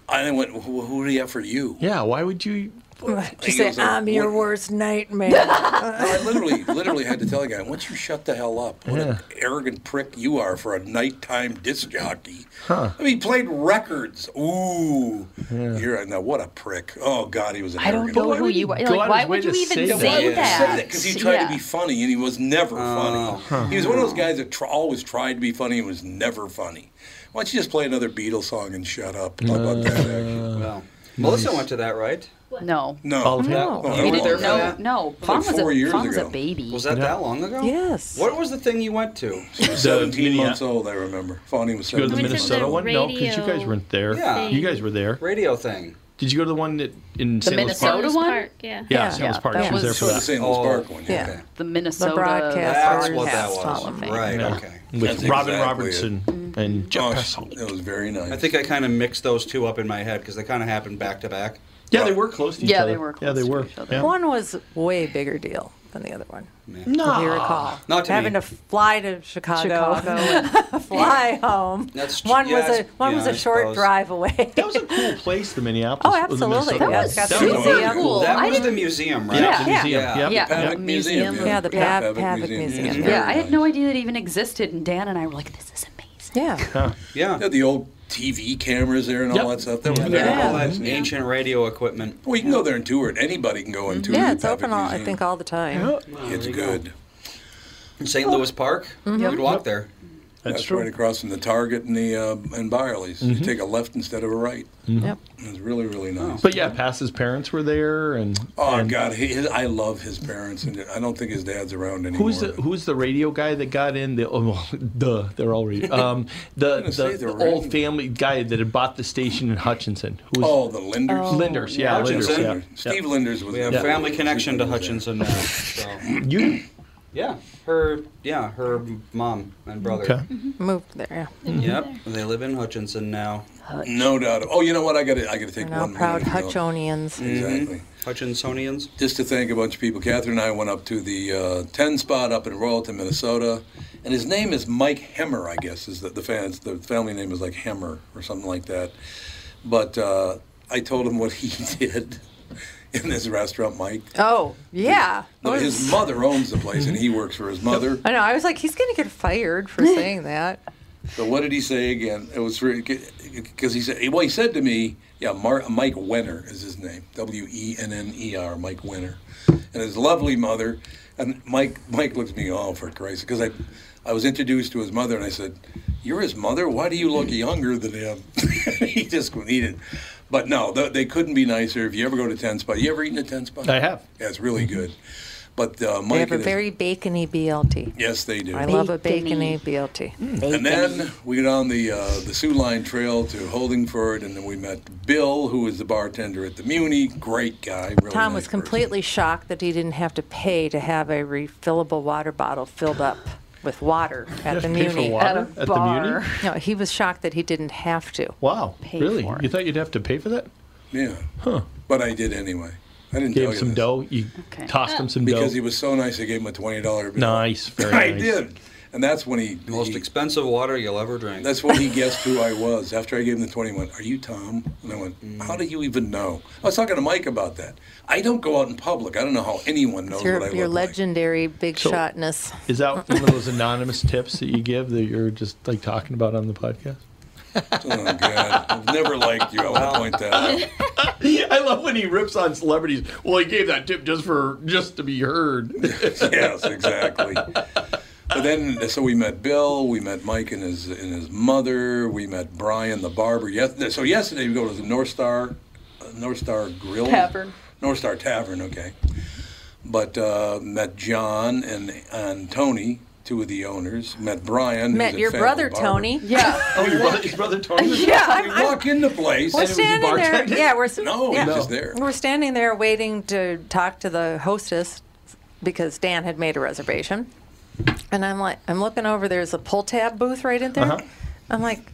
Speaker 1: I went, who, who do you have for you?
Speaker 6: Yeah, why would you?
Speaker 1: He
Speaker 4: Just say,
Speaker 1: goes,
Speaker 4: I'm your
Speaker 1: "What-"
Speaker 4: worst nightmare.
Speaker 1: No, I literally, literally had to tell the guy, once you shut the hell up, what an arrogant prick you are for a nighttime disc jockey.
Speaker 6: Huh.
Speaker 1: I mean, he played records. Ooh, you're now what a prick. Oh God, he was an
Speaker 3: I don't
Speaker 1: arrogant.
Speaker 3: know who you are. Like, why would you even say, that?
Speaker 1: Because he tried
Speaker 3: Yeah.
Speaker 1: to be funny, and he was never
Speaker 6: Oh, Huh.
Speaker 1: funny. He was one of those guys that tr- always tried to be funny and was never funny. Why don't you just play another Beatles song and shut up? How about
Speaker 6: Uh,
Speaker 1: that? Actually?
Speaker 5: Well, Melissa went to that, right?
Speaker 3: No.
Speaker 1: No. Oh,
Speaker 5: All of that?
Speaker 3: No.
Speaker 5: No,
Speaker 3: You
Speaker 5: that
Speaker 3: didn't-
Speaker 5: wasn't
Speaker 3: no,
Speaker 5: that.
Speaker 3: no.
Speaker 5: Like
Speaker 3: Fawn was
Speaker 5: four
Speaker 3: a-
Speaker 5: years
Speaker 3: Fawn was a
Speaker 5: ago.
Speaker 3: baby.
Speaker 5: Was that that long ago?
Speaker 4: Yes.
Speaker 5: What was the thing you went to?
Speaker 1: She was 17 months old, I remember. Fawny was
Speaker 6: Did you
Speaker 1: 17
Speaker 6: go to the
Speaker 1: months
Speaker 6: Minnesota
Speaker 1: old.
Speaker 6: one? No, because you guys weren't there.
Speaker 5: Yeah.
Speaker 6: You guys were there.
Speaker 5: Radio thing.
Speaker 6: Did you go to the one that in
Speaker 3: The
Speaker 6: St. Louis Park?
Speaker 3: Minnesota one? Park,
Speaker 6: Yeah, St. Louis Park.
Speaker 3: that
Speaker 6: She was there for
Speaker 1: was
Speaker 6: that.
Speaker 1: the St. Louis Park one, yeah.
Speaker 4: Yeah.
Speaker 3: The Minnesota
Speaker 4: The broadcast.
Speaker 5: That's what that was. Right.
Speaker 6: Yeah.
Speaker 5: Okay.
Speaker 6: With
Speaker 5: That's exactly
Speaker 6: Robin Robertson and Jeff Passan.
Speaker 1: It Oh, was very nice.
Speaker 5: I think I kind of mixed those two up in my head because they kind of happened back to back.
Speaker 6: Yeah, they were close to each
Speaker 4: Yeah,
Speaker 6: other.
Speaker 4: they were
Speaker 6: Yeah, they were. Yeah.
Speaker 4: One was way bigger deal than the other one.
Speaker 6: No.
Speaker 4: If you recall.
Speaker 5: Not to
Speaker 4: Having
Speaker 5: me.
Speaker 4: to fly to Chicago,
Speaker 5: Chicago
Speaker 4: fly home.
Speaker 5: That's tr-
Speaker 4: one
Speaker 5: yeah,
Speaker 4: was a
Speaker 5: it's-
Speaker 4: one
Speaker 5: yeah,
Speaker 4: was a
Speaker 5: I
Speaker 4: short
Speaker 5: suppose.
Speaker 4: drive away. That
Speaker 6: was a cool place, the Minneapolis.
Speaker 4: Oh,
Speaker 6: or the
Speaker 4: absolutely.
Speaker 6: Minnesota
Speaker 4: That
Speaker 6: one.
Speaker 4: was That super was cool. cool.
Speaker 5: That
Speaker 4: I
Speaker 5: was the
Speaker 4: didn't-
Speaker 5: museum, right?
Speaker 6: Yeah, the Yeah. museum. Yep.
Speaker 5: Yeah.
Speaker 6: The
Speaker 1: Pavic Museum.
Speaker 4: Yeah, the Yeah. Pav- Pavic Pavic Museum. Museum.
Speaker 3: Yeah, I had no idea that even existed, and Dan and I were like, "This is amazing."
Speaker 4: Yeah.
Speaker 5: Yeah.
Speaker 1: the old TV cameras there and all that stuff. That was very
Speaker 5: Yeah. All
Speaker 1: cool.
Speaker 5: that ancient radio equipment.
Speaker 1: Well, you can go there and tour it. Anybody can go and tour
Speaker 4: Mm-hmm. yeah,
Speaker 1: the
Speaker 4: it's open
Speaker 1: Pavic
Speaker 4: all I
Speaker 1: Museum.
Speaker 4: think all the time.
Speaker 1: It's good.
Speaker 5: In St. Louis Park, you could walk there.
Speaker 1: That's, right across from the Target and the uh, and Byerly's. You
Speaker 6: Mm-hmm.
Speaker 1: take a left instead of a right.
Speaker 4: Yep.
Speaker 1: It's really really nice.
Speaker 6: Oh. But yeah, Pass's parents were there, and
Speaker 1: Oh
Speaker 6: and
Speaker 1: God, he, his, I love his parents, and I don't think his dad's around anymore.
Speaker 6: Who's the Who's the radio guy that got in the? Oh, well, duh, they're all radio. Um, the
Speaker 1: say the
Speaker 6: the, the
Speaker 1: radio-
Speaker 6: old family guy that had bought the station in Hutchinson. Who was
Speaker 1: Oh, the Linders.
Speaker 6: Linders, yeah, Linders,
Speaker 5: Hutchinson.
Speaker 6: yeah.
Speaker 1: Steve Linders was
Speaker 5: We have
Speaker 1: Yeah.
Speaker 5: family connection to Hutchinson now. So.
Speaker 6: You?
Speaker 5: Yeah, her. Yeah, her mom and brother.
Speaker 6: Okay. Mm-hmm.
Speaker 4: Moved there. Yeah.
Speaker 5: Yep, they live in Hutchinson now.
Speaker 1: No doubt. Oh, you know what? I got to I got to take
Speaker 4: Now
Speaker 1: one.
Speaker 4: proud
Speaker 1: minute to go.
Speaker 4: Hutchonians.
Speaker 1: Exactly.
Speaker 6: Mm-hmm.
Speaker 5: Hutchinsonians.
Speaker 1: Just to thank a bunch of people. Catherine and I went up to the uh, 10 spot up in Royalton, Minnesota, and his name is Mike Hemmer. I guess is the, the fans the family name is like Hemmer or something like that. But uh, I told him what he did in this restaurant, Mike.
Speaker 4: Oh, yeah.
Speaker 1: No, his mother owns the place, and he works for his mother.
Speaker 4: I know. I was like, he's gonna get fired for saying that.
Speaker 1: So what did he say again? It was because he said, well, he said to me, yeah, Mar- Mike Wenner is his name, W E N N E R, Mike Wenner, and his lovely mother. And Mike, Mike looks at me, oh, for Christ, because I, I was introduced to his mother, and I said, you're his mother. Why do you look
Speaker 6: Mm.
Speaker 1: younger than him? he just he didn't. But no, th- they couldn't be nicer. If you ever go to Ten Spot, you ever eaten at Ten Spot?
Speaker 6: I have. Mm-hmm.
Speaker 1: Yeah, it's really good. But uh, Mike,
Speaker 4: They have a
Speaker 1: and his-
Speaker 4: very bacony BLT.
Speaker 1: yes, they do.
Speaker 4: I love a bacony Mm, BLT.
Speaker 1: And then we get on the uh, the Sioux Line Trail to Holdingford, and then we met Bill, who was the bartender at the Muni. Great guy. Really
Speaker 4: Tom
Speaker 1: nice
Speaker 4: was completely shocked that he didn't have to pay to have a refillable water bottle filled up with water at
Speaker 6: have
Speaker 4: the
Speaker 6: to pay for
Speaker 4: Muni.
Speaker 6: water At a at the bar. Muni?
Speaker 4: No, he was shocked that he didn't have to.
Speaker 6: Wow, really? You thought you'd have to pay for that?
Speaker 1: Yeah. Huh. But I did anyway. I didn't
Speaker 6: Gave
Speaker 1: tell
Speaker 6: him
Speaker 1: you
Speaker 6: some
Speaker 1: this.
Speaker 6: dough. You tossed him some
Speaker 1: because
Speaker 6: dough.
Speaker 1: he was so nice. I gave him a twenty dollar bill.
Speaker 6: Nice, very
Speaker 1: I
Speaker 6: nice.
Speaker 1: did. And that's when he most
Speaker 5: expensive water you'll ever drink.
Speaker 1: That's when he guessed who I was. After I gave him the twenty, he went, "Are you Tom?" And I went, "How do you even know?" I was talking to Mike about that. I don't go out in public. I don't know how anyone knows what I
Speaker 4: Your, your
Speaker 1: look like.
Speaker 4: legendary big
Speaker 6: So-
Speaker 4: shotness.
Speaker 6: Is that one of those anonymous tips that you give that you're just like talking about on the podcast?
Speaker 1: Oh, God. I've never liked you. I will point that out.
Speaker 6: I love when he rips on celebrities. Well, he gave that tip just for just to be heard.
Speaker 1: yes, exactly. But then, so we met Bill, we met Mike and his and his mother, we met Brian the barber. Yes, so yesterday we go to the North Star, uh, North Star Grill
Speaker 3: Tavern.
Speaker 1: North Star Tavern. Okay, but uh, met John and and Tony, two of the owners. Met Brian.
Speaker 4: Met
Speaker 1: who's a
Speaker 4: your
Speaker 1: family
Speaker 4: brother,
Speaker 1: barber.
Speaker 4: Tony.
Speaker 3: Yeah.
Speaker 1: Oh, your brother, his
Speaker 6: brother
Speaker 1: Tony.
Speaker 4: Yeah, I'm-
Speaker 1: we
Speaker 4: I'm-
Speaker 1: walk in the place.
Speaker 4: We're
Speaker 1: and it was a
Speaker 4: standing there.
Speaker 1: bartender.
Speaker 4: Yeah, we're s-
Speaker 1: no,
Speaker 4: yeah.
Speaker 1: he's just there.
Speaker 4: We're standing there waiting to talk to the hostess because Dan had made a reservation, and I'm like, I'm looking over. There's a pull tab booth right in there.
Speaker 6: Uh-huh.
Speaker 4: I'm like.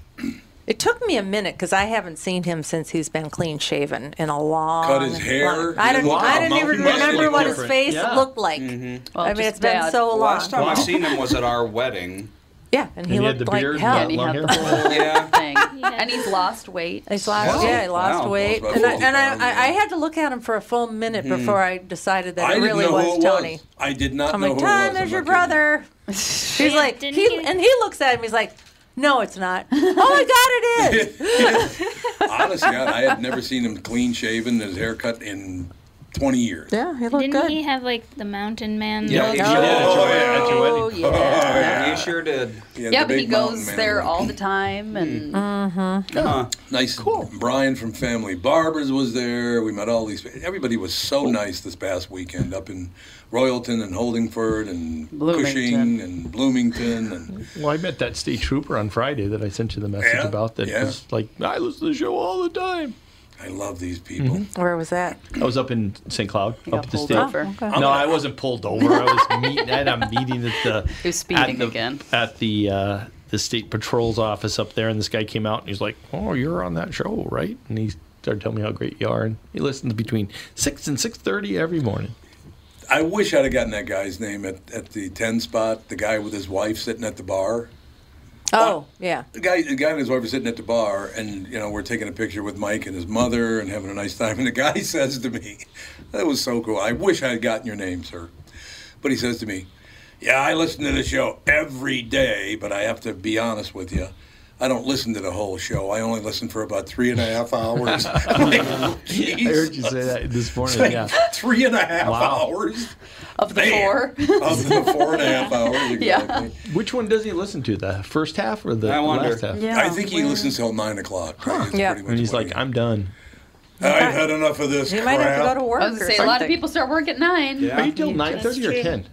Speaker 4: It took me a minute because I haven't seen him since he's been clean shaven in a long.
Speaker 1: Cut his hair.
Speaker 4: long- I don't.
Speaker 1: Wow,
Speaker 4: I didn't
Speaker 1: Mountain
Speaker 4: even
Speaker 1: West is
Speaker 4: remember what his
Speaker 1: different. Mm-hmm.
Speaker 4: face
Speaker 1: Yeah.
Speaker 4: looked like.
Speaker 3: Well,
Speaker 4: I mean,
Speaker 3: just
Speaker 4: it's been
Speaker 3: bad.
Speaker 4: so long.
Speaker 5: Last time I seen him was at our wedding.
Speaker 4: Yeah, and he
Speaker 5: And he had
Speaker 4: looked
Speaker 5: the
Speaker 4: like
Speaker 5: beard and
Speaker 4: hell.
Speaker 5: that long
Speaker 4: had
Speaker 5: hair.
Speaker 4: the whole
Speaker 5: Yeah.
Speaker 3: thing. And he's lost weight.
Speaker 4: He's lost,
Speaker 3: Wow.
Speaker 4: yeah, he lost
Speaker 3: Wow.
Speaker 4: weight,
Speaker 3: Lost about
Speaker 4: and, I,
Speaker 3: 50
Speaker 4: and I, I, I had to look at him for a full minute
Speaker 1: Mhm.
Speaker 4: before I decided that
Speaker 1: I
Speaker 4: it
Speaker 1: didn't
Speaker 4: really
Speaker 1: know
Speaker 4: was
Speaker 1: who it
Speaker 4: Tony.
Speaker 1: was. I did not
Speaker 4: I'm
Speaker 1: know who
Speaker 4: like,
Speaker 1: it was.
Speaker 4: Tom,
Speaker 1: I'm
Speaker 4: there's
Speaker 1: not
Speaker 4: your
Speaker 1: kidding.
Speaker 4: brother. He's like, he, and he looks at him. He's like, no, it's not. oh my God, it is.
Speaker 1: Honestly, I, I had never seen him clean shaven, his haircut in 20 years.
Speaker 4: Yeah, he
Speaker 2: looked Didn't he have like the mountain man?
Speaker 1: Yeah,
Speaker 2: look?
Speaker 1: he did at your wedding. At your wedding.
Speaker 2: Oh, yeah.
Speaker 5: You sure did.
Speaker 1: Yeah,
Speaker 3: yeah,
Speaker 1: the
Speaker 3: but he
Speaker 1: big mountain
Speaker 3: goes
Speaker 1: man
Speaker 3: there
Speaker 1: look.
Speaker 3: all the time, and
Speaker 4: Mm.
Speaker 1: Nice. Cool. Brian from Family Barbers was there. We met all these. Everybody was so nice this past weekend up in Royalton and Holdingford and Cushing and Bloomington. And
Speaker 6: Well, I met that state trooper on Friday that I sent you the message
Speaker 1: Yeah,
Speaker 6: about that
Speaker 1: yeah.
Speaker 6: was like, I listen to the show all the time.
Speaker 1: I love these people.
Speaker 3: Mm-hmm.
Speaker 4: Where was that?
Speaker 6: I was up in St. Cloud,
Speaker 4: You
Speaker 6: up
Speaker 4: got
Speaker 6: at the
Speaker 4: pulled
Speaker 6: state.
Speaker 4: over. Oh, okay.
Speaker 6: No, I wasn't pulled over. I was meeting. I had a meeting at the.
Speaker 3: He was
Speaker 6: at
Speaker 3: speeding
Speaker 6: the,
Speaker 3: again.
Speaker 6: At the uh, the state patrol's office up there, and this guy came out and he's like, "Oh, you're on that show, right?" And he started telling me how great you are, and he listens between six and six thirty every morning.
Speaker 1: I wish I'd have gotten that guy's name at, at the 10 spot, the guy with his wife sitting at the bar.
Speaker 4: Oh, yeah.
Speaker 1: The guy, the guy and his wife are sitting at the bar, and you know we're taking a picture with Mike and his mother and having a nice time. And the guy says to me, "That was so cool. I wish I had gotten your name, sir." But he says to me, "Yeah, I listen to the show every day, but I have to be honest with you." I don't listen to the whole show. I only listen for about three and a half hours. "Oh,
Speaker 6: I heard you say that this morning.
Speaker 1: Like,
Speaker 6: yeah.
Speaker 1: Three and a half
Speaker 6: Wow.
Speaker 1: hours
Speaker 3: of
Speaker 1: the four. Of the four and a half hours.
Speaker 3: Yeah.
Speaker 6: Which one does he listen to? The first half or the
Speaker 1: I wonder.
Speaker 6: last half?
Speaker 1: Yeah, I think he where- listens till nine o'clock.
Speaker 4: Yeah.
Speaker 6: And he's like, "I'm done."
Speaker 1: I've had enough of this.
Speaker 4: He might have to
Speaker 1: crap."
Speaker 4: go to work.
Speaker 3: I was
Speaker 4: or
Speaker 3: gonna say a lot of
Speaker 4: something.
Speaker 3: people start work at nine.
Speaker 1: Yeah. Are you till
Speaker 6: Nine thirty or ten?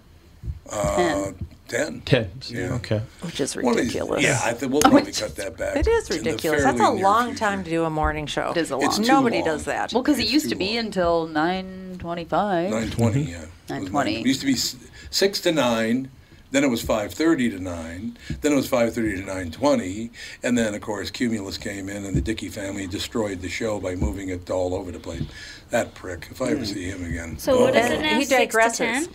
Speaker 1: Uh, ten.
Speaker 6: Ten. Okay.
Speaker 4: Which is
Speaker 1: One of these-
Speaker 4: ridiculous. Oh,
Speaker 1: yeah, I think we'll probably cut that back.
Speaker 4: It is
Speaker 1: in the
Speaker 4: ridiculous. That's a
Speaker 1: fairly near
Speaker 4: long time to do a morning show. It is
Speaker 3: a It's long- too
Speaker 4: Nobody
Speaker 3: long.
Speaker 4: does that.
Speaker 3: Well, because it used to be until nine twenty-five.
Speaker 1: Nine twenty, yeah. Nine
Speaker 3: 9:20.
Speaker 1: It used to be s- six to nine, then it was five thirty to nine, then it was five thirty to nine twenty, and then of course Cumulus came in and the Dickey family destroyed the show by moving it all over the place. That prick. If I
Speaker 4: Mm.
Speaker 1: ever see him again.
Speaker 2: So what is
Speaker 1: Oh.
Speaker 2: it now?
Speaker 4: He
Speaker 2: Six to
Speaker 4: digresses.
Speaker 2: ten?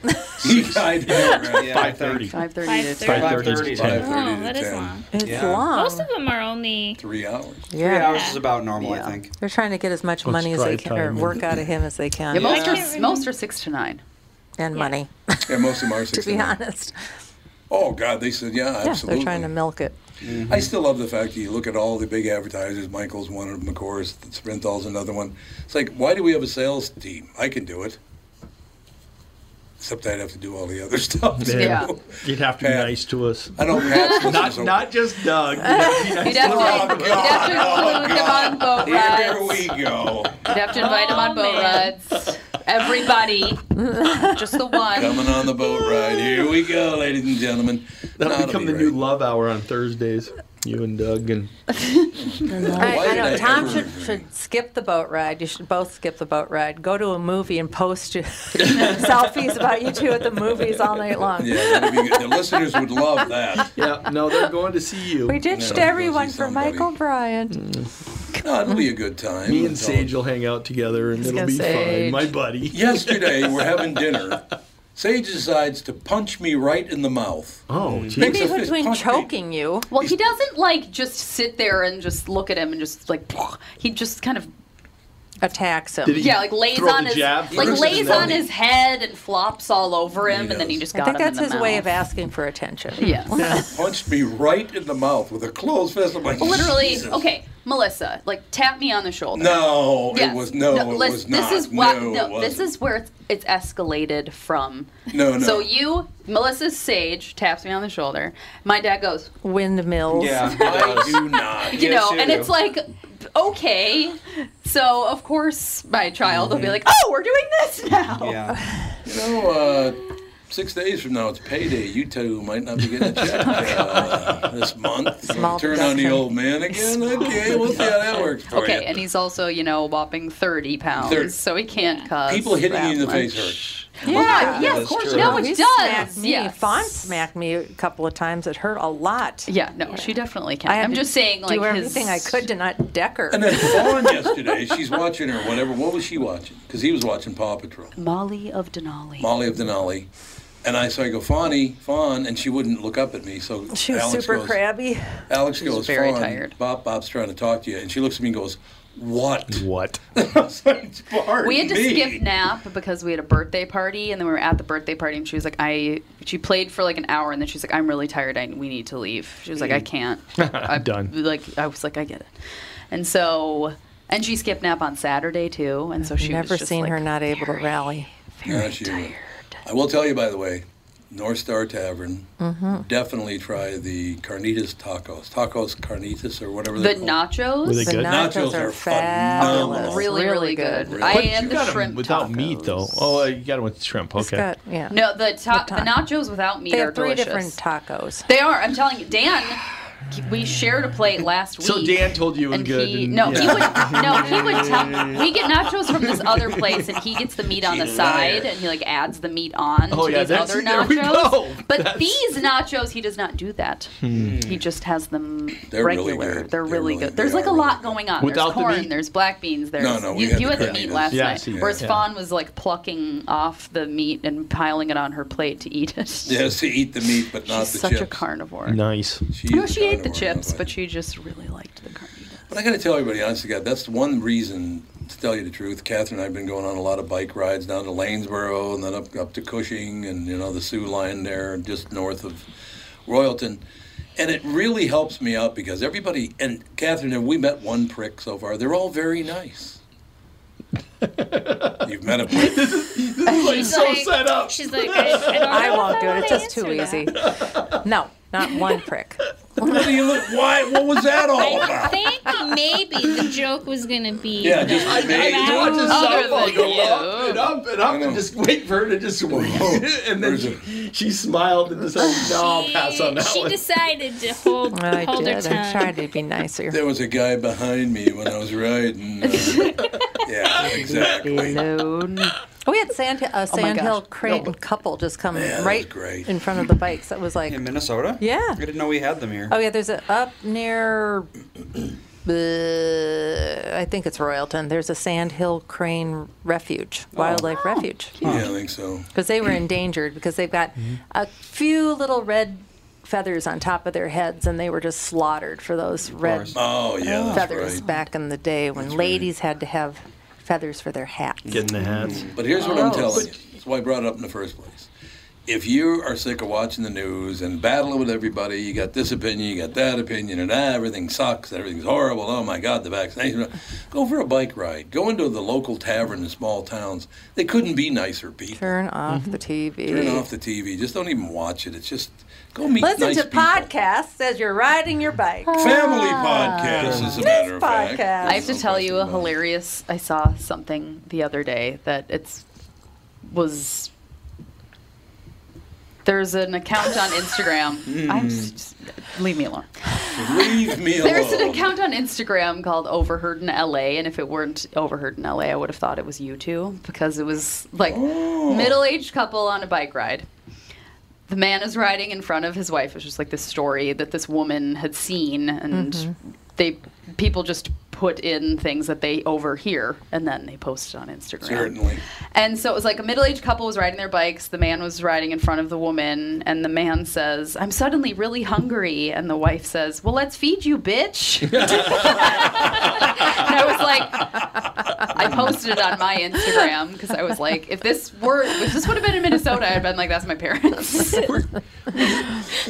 Speaker 1: He died.
Speaker 6: Yeah, Five thirty.
Speaker 3: Five thirty.
Speaker 2: Five thirty.
Speaker 6: Five thirty to ten.
Speaker 2: Oh, that is long.
Speaker 4: It's
Speaker 5: Yeah.
Speaker 4: long.
Speaker 2: Most of them are only.
Speaker 1: Three hours.
Speaker 5: Three
Speaker 4: Yeah.
Speaker 5: hours is about normal, I think.
Speaker 4: They're trying to get as much
Speaker 5: Well, it's
Speaker 4: money as they
Speaker 5: drive
Speaker 4: can, or
Speaker 5: time.
Speaker 4: work out of him as they
Speaker 3: Yeah,
Speaker 4: can.
Speaker 3: most are most are six to nine.
Speaker 4: And money,
Speaker 1: Yeah, most of them are
Speaker 4: to
Speaker 1: six
Speaker 4: be
Speaker 1: to nine.
Speaker 4: honest.
Speaker 1: Oh God, they said yeah,
Speaker 4: Yeah,
Speaker 1: absolutely.
Speaker 4: they're trying to milk it.
Speaker 1: I still love the fact that you look at all the big advertisers. Michael's one of them, of course. Sprintall's another one. It's like, why do we have a sales team? I can do it. Except I'd have to do all the other stuff. so-
Speaker 6: Yeah. You'd have to be nice to us.
Speaker 1: I know Pat's listening,
Speaker 6: not,
Speaker 1: so-
Speaker 6: not just Doug.
Speaker 3: You'd have to,
Speaker 6: Oh,
Speaker 3: you'd have to
Speaker 6: God.
Speaker 3: include him on boat
Speaker 1: Here
Speaker 3: rides.
Speaker 1: we go.
Speaker 3: You'd have to invite him on
Speaker 2: Oh,
Speaker 3: boat
Speaker 2: man.
Speaker 3: rides. Everybody, just the one.
Speaker 1: Coming on the boat ride. Here we go, ladies and gentlemen.
Speaker 6: That'll
Speaker 1: That'll
Speaker 6: become
Speaker 1: be
Speaker 6: the new love hour on Thursdays. You and Doug and
Speaker 4: I,
Speaker 1: Why
Speaker 4: I
Speaker 1: did
Speaker 4: know
Speaker 1: I
Speaker 4: Tom
Speaker 1: ever
Speaker 4: should, should skip the boat ride. You should both skip the boat ride. Go to a movie and post you- selfies about you two at the movies all night long.
Speaker 1: Yeah, that'd be good. the listeners would love that.
Speaker 6: yeah, no, they're going to see you.
Speaker 4: We ditched
Speaker 1: Yeah.
Speaker 4: everyone for Michael Bryant.
Speaker 1: Mm. No, it'll be a good time.
Speaker 6: Me and Sage will hang out together, and
Speaker 4: He's
Speaker 6: it'll
Speaker 4: got
Speaker 6: be
Speaker 4: Sage.
Speaker 6: fine. My buddy.
Speaker 1: Yesterday, we're having dinner. Sage decides to punch me right in the mouth.
Speaker 6: Mm-hmm.
Speaker 12: Oh,
Speaker 4: Maybe between choking you.
Speaker 3: Well, he doesn't like just sit there and just look at him and just like he just kind of
Speaker 4: attacks him.
Speaker 3: Did he Yeah, like lays throw on the his- jab like
Speaker 4: first?
Speaker 3: lays on his head and flops all over him, and then he just
Speaker 4: I
Speaker 3: got
Speaker 4: think
Speaker 3: him
Speaker 4: that's
Speaker 3: in the
Speaker 4: his
Speaker 3: mouth.
Speaker 4: way of asking for attention.
Speaker 3: Yes.
Speaker 1: Punched me right in the mouth with a closed fist. I'm like,
Speaker 3: Literally,
Speaker 1: Jesus.
Speaker 3: okay, Melissa, like tap me on the shoulder.
Speaker 1: No, it was no, it
Speaker 3: let's-
Speaker 1: was
Speaker 3: This
Speaker 1: not.
Speaker 3: is what.
Speaker 1: No, it
Speaker 3: this
Speaker 1: wasn't. Oh,
Speaker 3: is where it's, it's escalated from.
Speaker 1: No, no.
Speaker 3: So you, Melissa Sage, taps me on the shoulder. My dad goes,
Speaker 4: Windmills.
Speaker 1: Yeah, I do not.
Speaker 3: you know, and it's like, okay. So of course, my child will be like, oh, we're doing this now.
Speaker 1: Mm-hmm. Yeah. You know, uh, six days from now, it's payday. You two might not be getting a check uh, this month.
Speaker 3: Small
Speaker 1: Turn on the
Speaker 3: deduction.
Speaker 1: old man again. Okay, we'll see how that works for
Speaker 3: Okay,
Speaker 1: you.
Speaker 3: and he's also, you know, whopping 30 pounds,
Speaker 1: Thirty.
Speaker 3: so he can't cuss.
Speaker 1: People hitting
Speaker 3: that
Speaker 1: you in the
Speaker 3: much.
Speaker 1: face hurts.
Speaker 3: Yeah, yeah, of
Speaker 1: That's
Speaker 3: course.
Speaker 1: true.
Speaker 3: No, it
Speaker 4: He
Speaker 3: does.
Speaker 4: smacked me.
Speaker 3: Yes.
Speaker 4: Fawn smacked me a couple of times. It hurt a lot.
Speaker 3: Yeah, no, she definitely can.
Speaker 4: I had
Speaker 3: I'm
Speaker 4: to
Speaker 3: just saying, like,
Speaker 4: do
Speaker 3: his-
Speaker 4: everything I could to not deck her.
Speaker 1: And then Fawn yesterday, she's watching her, whatever. What was she watching? Because he was watching Paw Patrol.
Speaker 3: Molly of Denali.
Speaker 1: Molly of Denali. And I, so I go, Fawny, Fawn, and she wouldn't look up at me. So
Speaker 4: she was
Speaker 1: Alex
Speaker 4: super
Speaker 1: goes,
Speaker 4: crabby.
Speaker 1: Alex
Speaker 4: She was
Speaker 1: goes,
Speaker 4: very
Speaker 1: Fawn,
Speaker 4: tired.
Speaker 1: Bob Bob's trying to talk to you. And she looks at me and goes, What?
Speaker 6: What?
Speaker 3: We had to
Speaker 1: me.
Speaker 3: skip nap because we had a birthday party, and then we were at the birthday party, and she was like, "I." She played for like an hour, and then she's like, "I'm really tired. I we need to leave." She was like, "I can't."
Speaker 6: Mm. I'm done.
Speaker 3: Like I was like, "I get it," and so and she skipped nap on Saturday too, and so she was
Speaker 4: Never
Speaker 3: just
Speaker 4: seen
Speaker 3: like,
Speaker 4: her not able to rally.
Speaker 1: Yeah, she would. I will tell you, by the way, North Star Tavern.
Speaker 4: Mhm.
Speaker 1: Definitely try the carnitas tacos. Tacos carnitas or whatever
Speaker 3: The
Speaker 1: they're called.
Speaker 3: nachos? Were they
Speaker 1: The
Speaker 3: good?
Speaker 1: nachos,
Speaker 3: Nachos are
Speaker 1: are phenomenal.
Speaker 3: fabulous. Really, really good.
Speaker 1: Really
Speaker 3: I
Speaker 1: good.
Speaker 3: am the shrimp
Speaker 6: without meat though. Oh, you got it with shrimp. Okay.
Speaker 4: got- yeah.
Speaker 3: No, the ta- the nachos without meat
Speaker 4: They
Speaker 3: are
Speaker 4: have three
Speaker 3: delicious.
Speaker 4: different tacos.
Speaker 3: They are. I'm telling you, Dan. We shared a plate last week.
Speaker 6: So Dan told you it was
Speaker 3: and
Speaker 6: good.
Speaker 3: He,
Speaker 6: and-
Speaker 3: no, he
Speaker 6: yeah.
Speaker 3: would no, he would tell. We get nachos from this other place, and he gets the meat on the
Speaker 6: Liar.
Speaker 3: side, and he like adds the meat on
Speaker 6: Oh,
Speaker 3: to
Speaker 6: yeah,
Speaker 3: these
Speaker 6: that's-
Speaker 3: other
Speaker 6: there
Speaker 3: nachos.
Speaker 6: we go.
Speaker 3: But these nachos, he does not do that.
Speaker 6: Hmm.
Speaker 3: He just has them
Speaker 6: They're really
Speaker 3: regular.
Speaker 6: good.
Speaker 3: They're,
Speaker 6: They're
Speaker 3: really good.
Speaker 6: they
Speaker 3: There's like
Speaker 6: are
Speaker 3: a lot going on.
Speaker 6: Without
Speaker 3: there's
Speaker 6: the
Speaker 3: corn.
Speaker 6: meat?
Speaker 3: There's black beans. There's
Speaker 1: No, no, we
Speaker 3: you,
Speaker 1: had
Speaker 3: you
Speaker 1: the
Speaker 3: had the
Speaker 1: carnitas.
Speaker 3: meat last
Speaker 1: Yeah, I
Speaker 3: night,
Speaker 1: see.
Speaker 3: whereas
Speaker 1: Yeah.
Speaker 3: Fawn was like plucking off the meat and piling it on her plate to eat it.
Speaker 1: Yes, to eat the meat, but not
Speaker 3: She's
Speaker 1: the
Speaker 3: such
Speaker 1: chips.
Speaker 3: a carnivore.
Speaker 6: Nice.
Speaker 3: No, she ate the chips, but she just really liked the carnitas.
Speaker 1: But I got to tell everybody, honest to God, that's the one reason, to tell you the truth, Catherine and I have been going on a lot of bike rides down to Lanesboro and then up, up to Cushing and, you know, the Sioux line there, just north of Royalton. And it really helps me out because everybody, and Catherine, and we met one prick so far, they're all very nice. You've met a prick.
Speaker 4: She's so set up.
Speaker 2: She's like, I, I don't
Speaker 4: I
Speaker 2: know
Speaker 4: won't
Speaker 2: if
Speaker 4: do it. It's just
Speaker 2: wanna
Speaker 4: too
Speaker 2: answer
Speaker 4: easy. No, not one prick.
Speaker 1: What do you look? Why? What was that all about?
Speaker 2: that. I think maybe the joke was gonna be.
Speaker 1: Yeah, just
Speaker 2: that-
Speaker 1: maybe.
Speaker 2: that-
Speaker 1: Watch his cell
Speaker 6: I'll
Speaker 1: phone
Speaker 6: go
Speaker 1: go
Speaker 6: up and up and up and just wait for her to just and then she, she smiled and decided, no, I'll pass on that
Speaker 2: She
Speaker 6: one.
Speaker 2: decided to hold,
Speaker 4: I
Speaker 2: hold her
Speaker 4: did. I
Speaker 2: tongue.
Speaker 4: tried to be nicer.
Speaker 1: There was a guy behind me when I was riding. uh, yeah, exactly.
Speaker 4: Oh, We had Sand,
Speaker 3: Oh
Speaker 4: a
Speaker 1: my
Speaker 4: Sand
Speaker 1: gosh.
Speaker 4: Hill Creighton couple just come
Speaker 5: Yeah, that was
Speaker 4: right
Speaker 5: great.
Speaker 4: in front of the bikes. That was like,
Speaker 5: in Minnesota.
Speaker 4: Yeah.
Speaker 5: I didn't know we had them here.
Speaker 4: oh yeah, there's a up near. uh, I think it's Royalton. There's a Sand Hill Crane Refuge, wildlife refuge.
Speaker 1: Yeah, I think so.
Speaker 4: because they were endangered because they've got
Speaker 1: Mm-hmm.
Speaker 4: a few little red feathers on top of their heads and they were just slaughtered for those red
Speaker 1: course. Oh, yeah, that's
Speaker 4: feathers
Speaker 1: right.
Speaker 4: back in the day when ladies had to have feathers for their hats.
Speaker 6: Getting the hats.
Speaker 1: But here's what I'm
Speaker 4: Gross.
Speaker 1: telling you. That's why I brought it up in the first place. If you are sick of watching the news and battling with everybody, you got this opinion, you got that opinion, and ah, everything sucks, everything's horrible. Oh my God, the vaccination. Go for a bike ride. Go into the local tavern in small towns. They couldn't be nicer people.
Speaker 4: Turn off the TV.
Speaker 1: Mm-hmm. Turn off the TV. Just don't even watch it. It's just go meet
Speaker 4: Listen
Speaker 1: nice
Speaker 4: to
Speaker 1: people.
Speaker 4: podcasts as you're riding your bike.
Speaker 1: Family podcasts, as a matter of fact.
Speaker 4: podcast.
Speaker 3: I have to tell you a hilarious. I saw something the other day that it's was. There's an account on Instagram. I'm s- just, leave me alone.
Speaker 1: Leave me alone.
Speaker 3: There's an account on Instagram called Overheard in LA, and if it weren't Overheard in LA, I would have thought it was you two because it was like middle-aged couple on a bike ride. The man is riding in front of his wife. It's just like this story that this woman had seen, and
Speaker 4: Mhm.
Speaker 3: they people just put in things that they overhear and then they post it on Instagram.
Speaker 5: Certainly.
Speaker 3: And so it was like a middle aged couple was riding their bikes. The man was riding in front of the woman, and the man says, I'm suddenly really hungry. And the wife says, Well, let's feed you, bitch. and I was like, I posted it on my Instagram because I was like, if this were, if this would have been in Minnesota, I'd been like, that's my parents.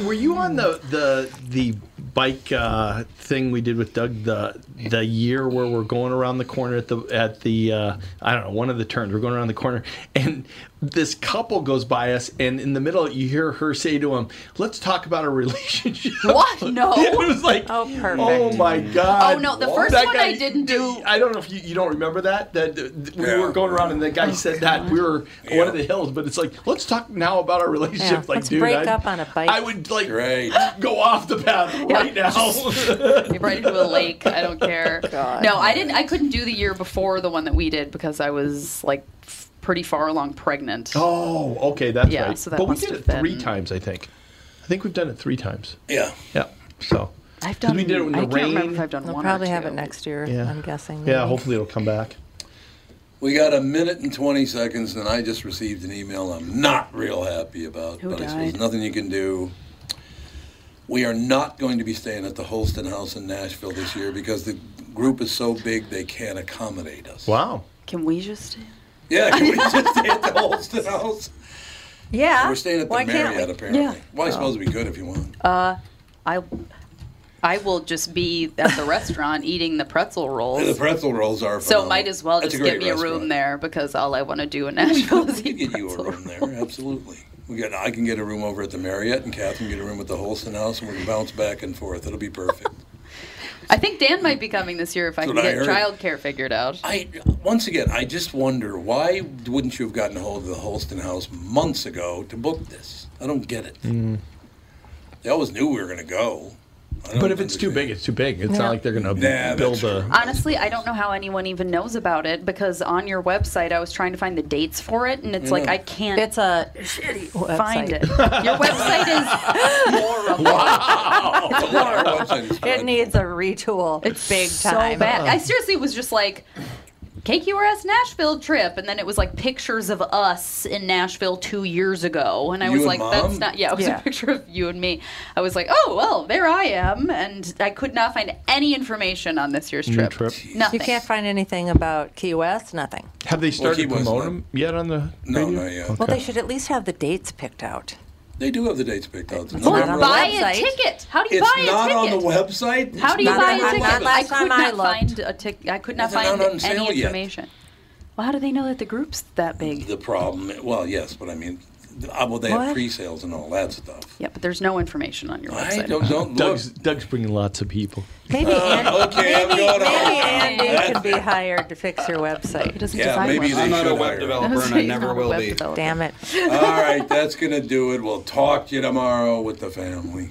Speaker 6: Were you on the the the bike uh, thing we did with Doug the the year where we're going around the corner at the at the uh, I don't know one of the turns we're going around the corner and this couple goes by us and in the middle you hear her say to him let's talk about our relationship
Speaker 3: what no
Speaker 6: it was like oh, my god
Speaker 3: Oh, no, the first
Speaker 6: That
Speaker 3: one
Speaker 6: guy-
Speaker 3: I didn't do.
Speaker 6: I don't know if you, you don't remember that that that we were going around and the
Speaker 3: Oh,
Speaker 6: guy said that we were one of the hills but it's like let's talk now about our relationship
Speaker 4: Yeah,
Speaker 6: like
Speaker 4: let's
Speaker 6: dude
Speaker 4: break
Speaker 6: I,
Speaker 4: up on a bike.
Speaker 6: I would like go off the path right now.
Speaker 3: You're right into a lake. I don't care.
Speaker 6: God.
Speaker 3: No, I didn't. I couldn't do the year before the one that we did because I was like f- pretty far along pregnant.
Speaker 6: Oh, okay, that's
Speaker 3: Yeah,
Speaker 6: right.
Speaker 3: so that
Speaker 6: but we
Speaker 3: must
Speaker 6: did
Speaker 3: have
Speaker 6: it three
Speaker 3: been-
Speaker 6: times, I think. I think we've done it three times.
Speaker 5: Yeah.
Speaker 6: Yeah. So
Speaker 3: I've
Speaker 6: 'Cause
Speaker 3: done.
Speaker 6: we did it in the
Speaker 3: I can't
Speaker 6: rain.
Speaker 3: remember if I've done
Speaker 4: They'll
Speaker 3: one.
Speaker 4: probably
Speaker 3: or
Speaker 4: have
Speaker 3: two.
Speaker 4: it next year.
Speaker 6: Yeah.
Speaker 4: I'm guessing.
Speaker 6: yeah,
Speaker 4: maybe.
Speaker 6: hopefully it'll come back.
Speaker 1: We got a minute and 20 seconds, and I just received an email I'm not real happy about.
Speaker 3: Who
Speaker 1: but I
Speaker 3: died?
Speaker 1: suppose nothing you can do. We are not going to be staying at the Holston House in Nashville this year because the group is so big they can't accommodate us.
Speaker 6: Wow.
Speaker 3: Can we just?
Speaker 1: Yeah, can we just stay at the Holston House?
Speaker 4: Yeah.
Speaker 1: We're staying at the
Speaker 3: Why can't
Speaker 1: Marriott,
Speaker 3: we?
Speaker 1: apparently.
Speaker 3: Yeah.
Speaker 1: Well, I suppose we could if you want.
Speaker 3: Uh, I, I will just be at the restaurant eating the pretzel rolls.
Speaker 1: The pretzel rolls are
Speaker 3: So
Speaker 1: phenomenal.
Speaker 3: might as well
Speaker 1: That's
Speaker 3: just
Speaker 1: a great
Speaker 3: give me a room there because all I want to do in Nashville is eat
Speaker 1: get you a room there, absolutely. We got, I can get a room over at the Marriott, and Catherine can get a room at the Holston House, and we can bounce back and forth. It'll be perfect.
Speaker 3: I think Dan might be coming this year if I
Speaker 1: That's
Speaker 3: can
Speaker 1: what I
Speaker 3: get
Speaker 1: heard.
Speaker 3: childcare figured out.
Speaker 1: I once again, I just wonder why wouldn't you have gotten a hold of the Holston House months ago to book this? I don't get it. They always knew we were going to go.
Speaker 6: But if it's too big, it's too big. It's
Speaker 3: Yeah.
Speaker 6: not like they're going to
Speaker 1: that's
Speaker 6: build a.
Speaker 3: Honestly, I don't know how anyone even knows about it because on your website I was trying to find the dates for it and it's like
Speaker 4: Yeah.
Speaker 3: I can't
Speaker 4: It's a Oh, shitty
Speaker 3: find
Speaker 4: website.
Speaker 3: it. Your website is horrible.
Speaker 4: It
Speaker 3: e-
Speaker 4: needs a retool. It's big
Speaker 3: so
Speaker 4: time.
Speaker 3: bad.
Speaker 1: Uh-uh.
Speaker 3: I seriously was just like KQRS Nashville trip and then it was like pictures of us in Nashville 2 years ago and I
Speaker 4: You
Speaker 3: was
Speaker 4: and
Speaker 3: like
Speaker 4: Mom?
Speaker 3: that's not yeah, it was
Speaker 4: Yeah.
Speaker 3: a picture of you and me. I was like, "Oh, well, there I am." And I could not find any information on this year's trip. Nothing.
Speaker 4: You can't find anything about Key West. Nothing.
Speaker 6: Have they started
Speaker 1: wasn't
Speaker 6: promoting them yet on the?
Speaker 1: No,
Speaker 6: radio?
Speaker 1: not yet.
Speaker 4: Well, they should at least have the dates picked out.
Speaker 1: They do have the dates picked out.
Speaker 4: It's not on the
Speaker 3: buy
Speaker 4: website.
Speaker 3: a ticket. How do you
Speaker 1: It's
Speaker 3: buy a
Speaker 1: not on
Speaker 3: ticket?
Speaker 1: the website.
Speaker 3: How do you
Speaker 4: Not
Speaker 3: buy
Speaker 4: that-
Speaker 3: a ticket?
Speaker 4: not last
Speaker 3: I could
Speaker 4: time I
Speaker 3: not
Speaker 4: looked.
Speaker 3: find a ticket. I could not
Speaker 1: It's not
Speaker 3: find
Speaker 1: on
Speaker 3: any
Speaker 1: sale yet.
Speaker 3: information. Well, how do they know that the group's that big?
Speaker 1: The problem, well, yes, but I mean, uh, well, they
Speaker 3: What?
Speaker 1: have pre-sales and all that stuff.
Speaker 3: Yeah, but there's no information on your website.
Speaker 6: Doug's, Doug's bringing lots of people.
Speaker 4: Maybe Andy,
Speaker 1: okay, I'm
Speaker 4: maybe,
Speaker 1: going
Speaker 4: maybe
Speaker 1: home.
Speaker 4: Andy could be hired to fix your website.
Speaker 5: I'm not a web developer, and I never will be.
Speaker 4: Damn it.
Speaker 1: All right, that's going to do it. We'll talk to you tomorrow with the family.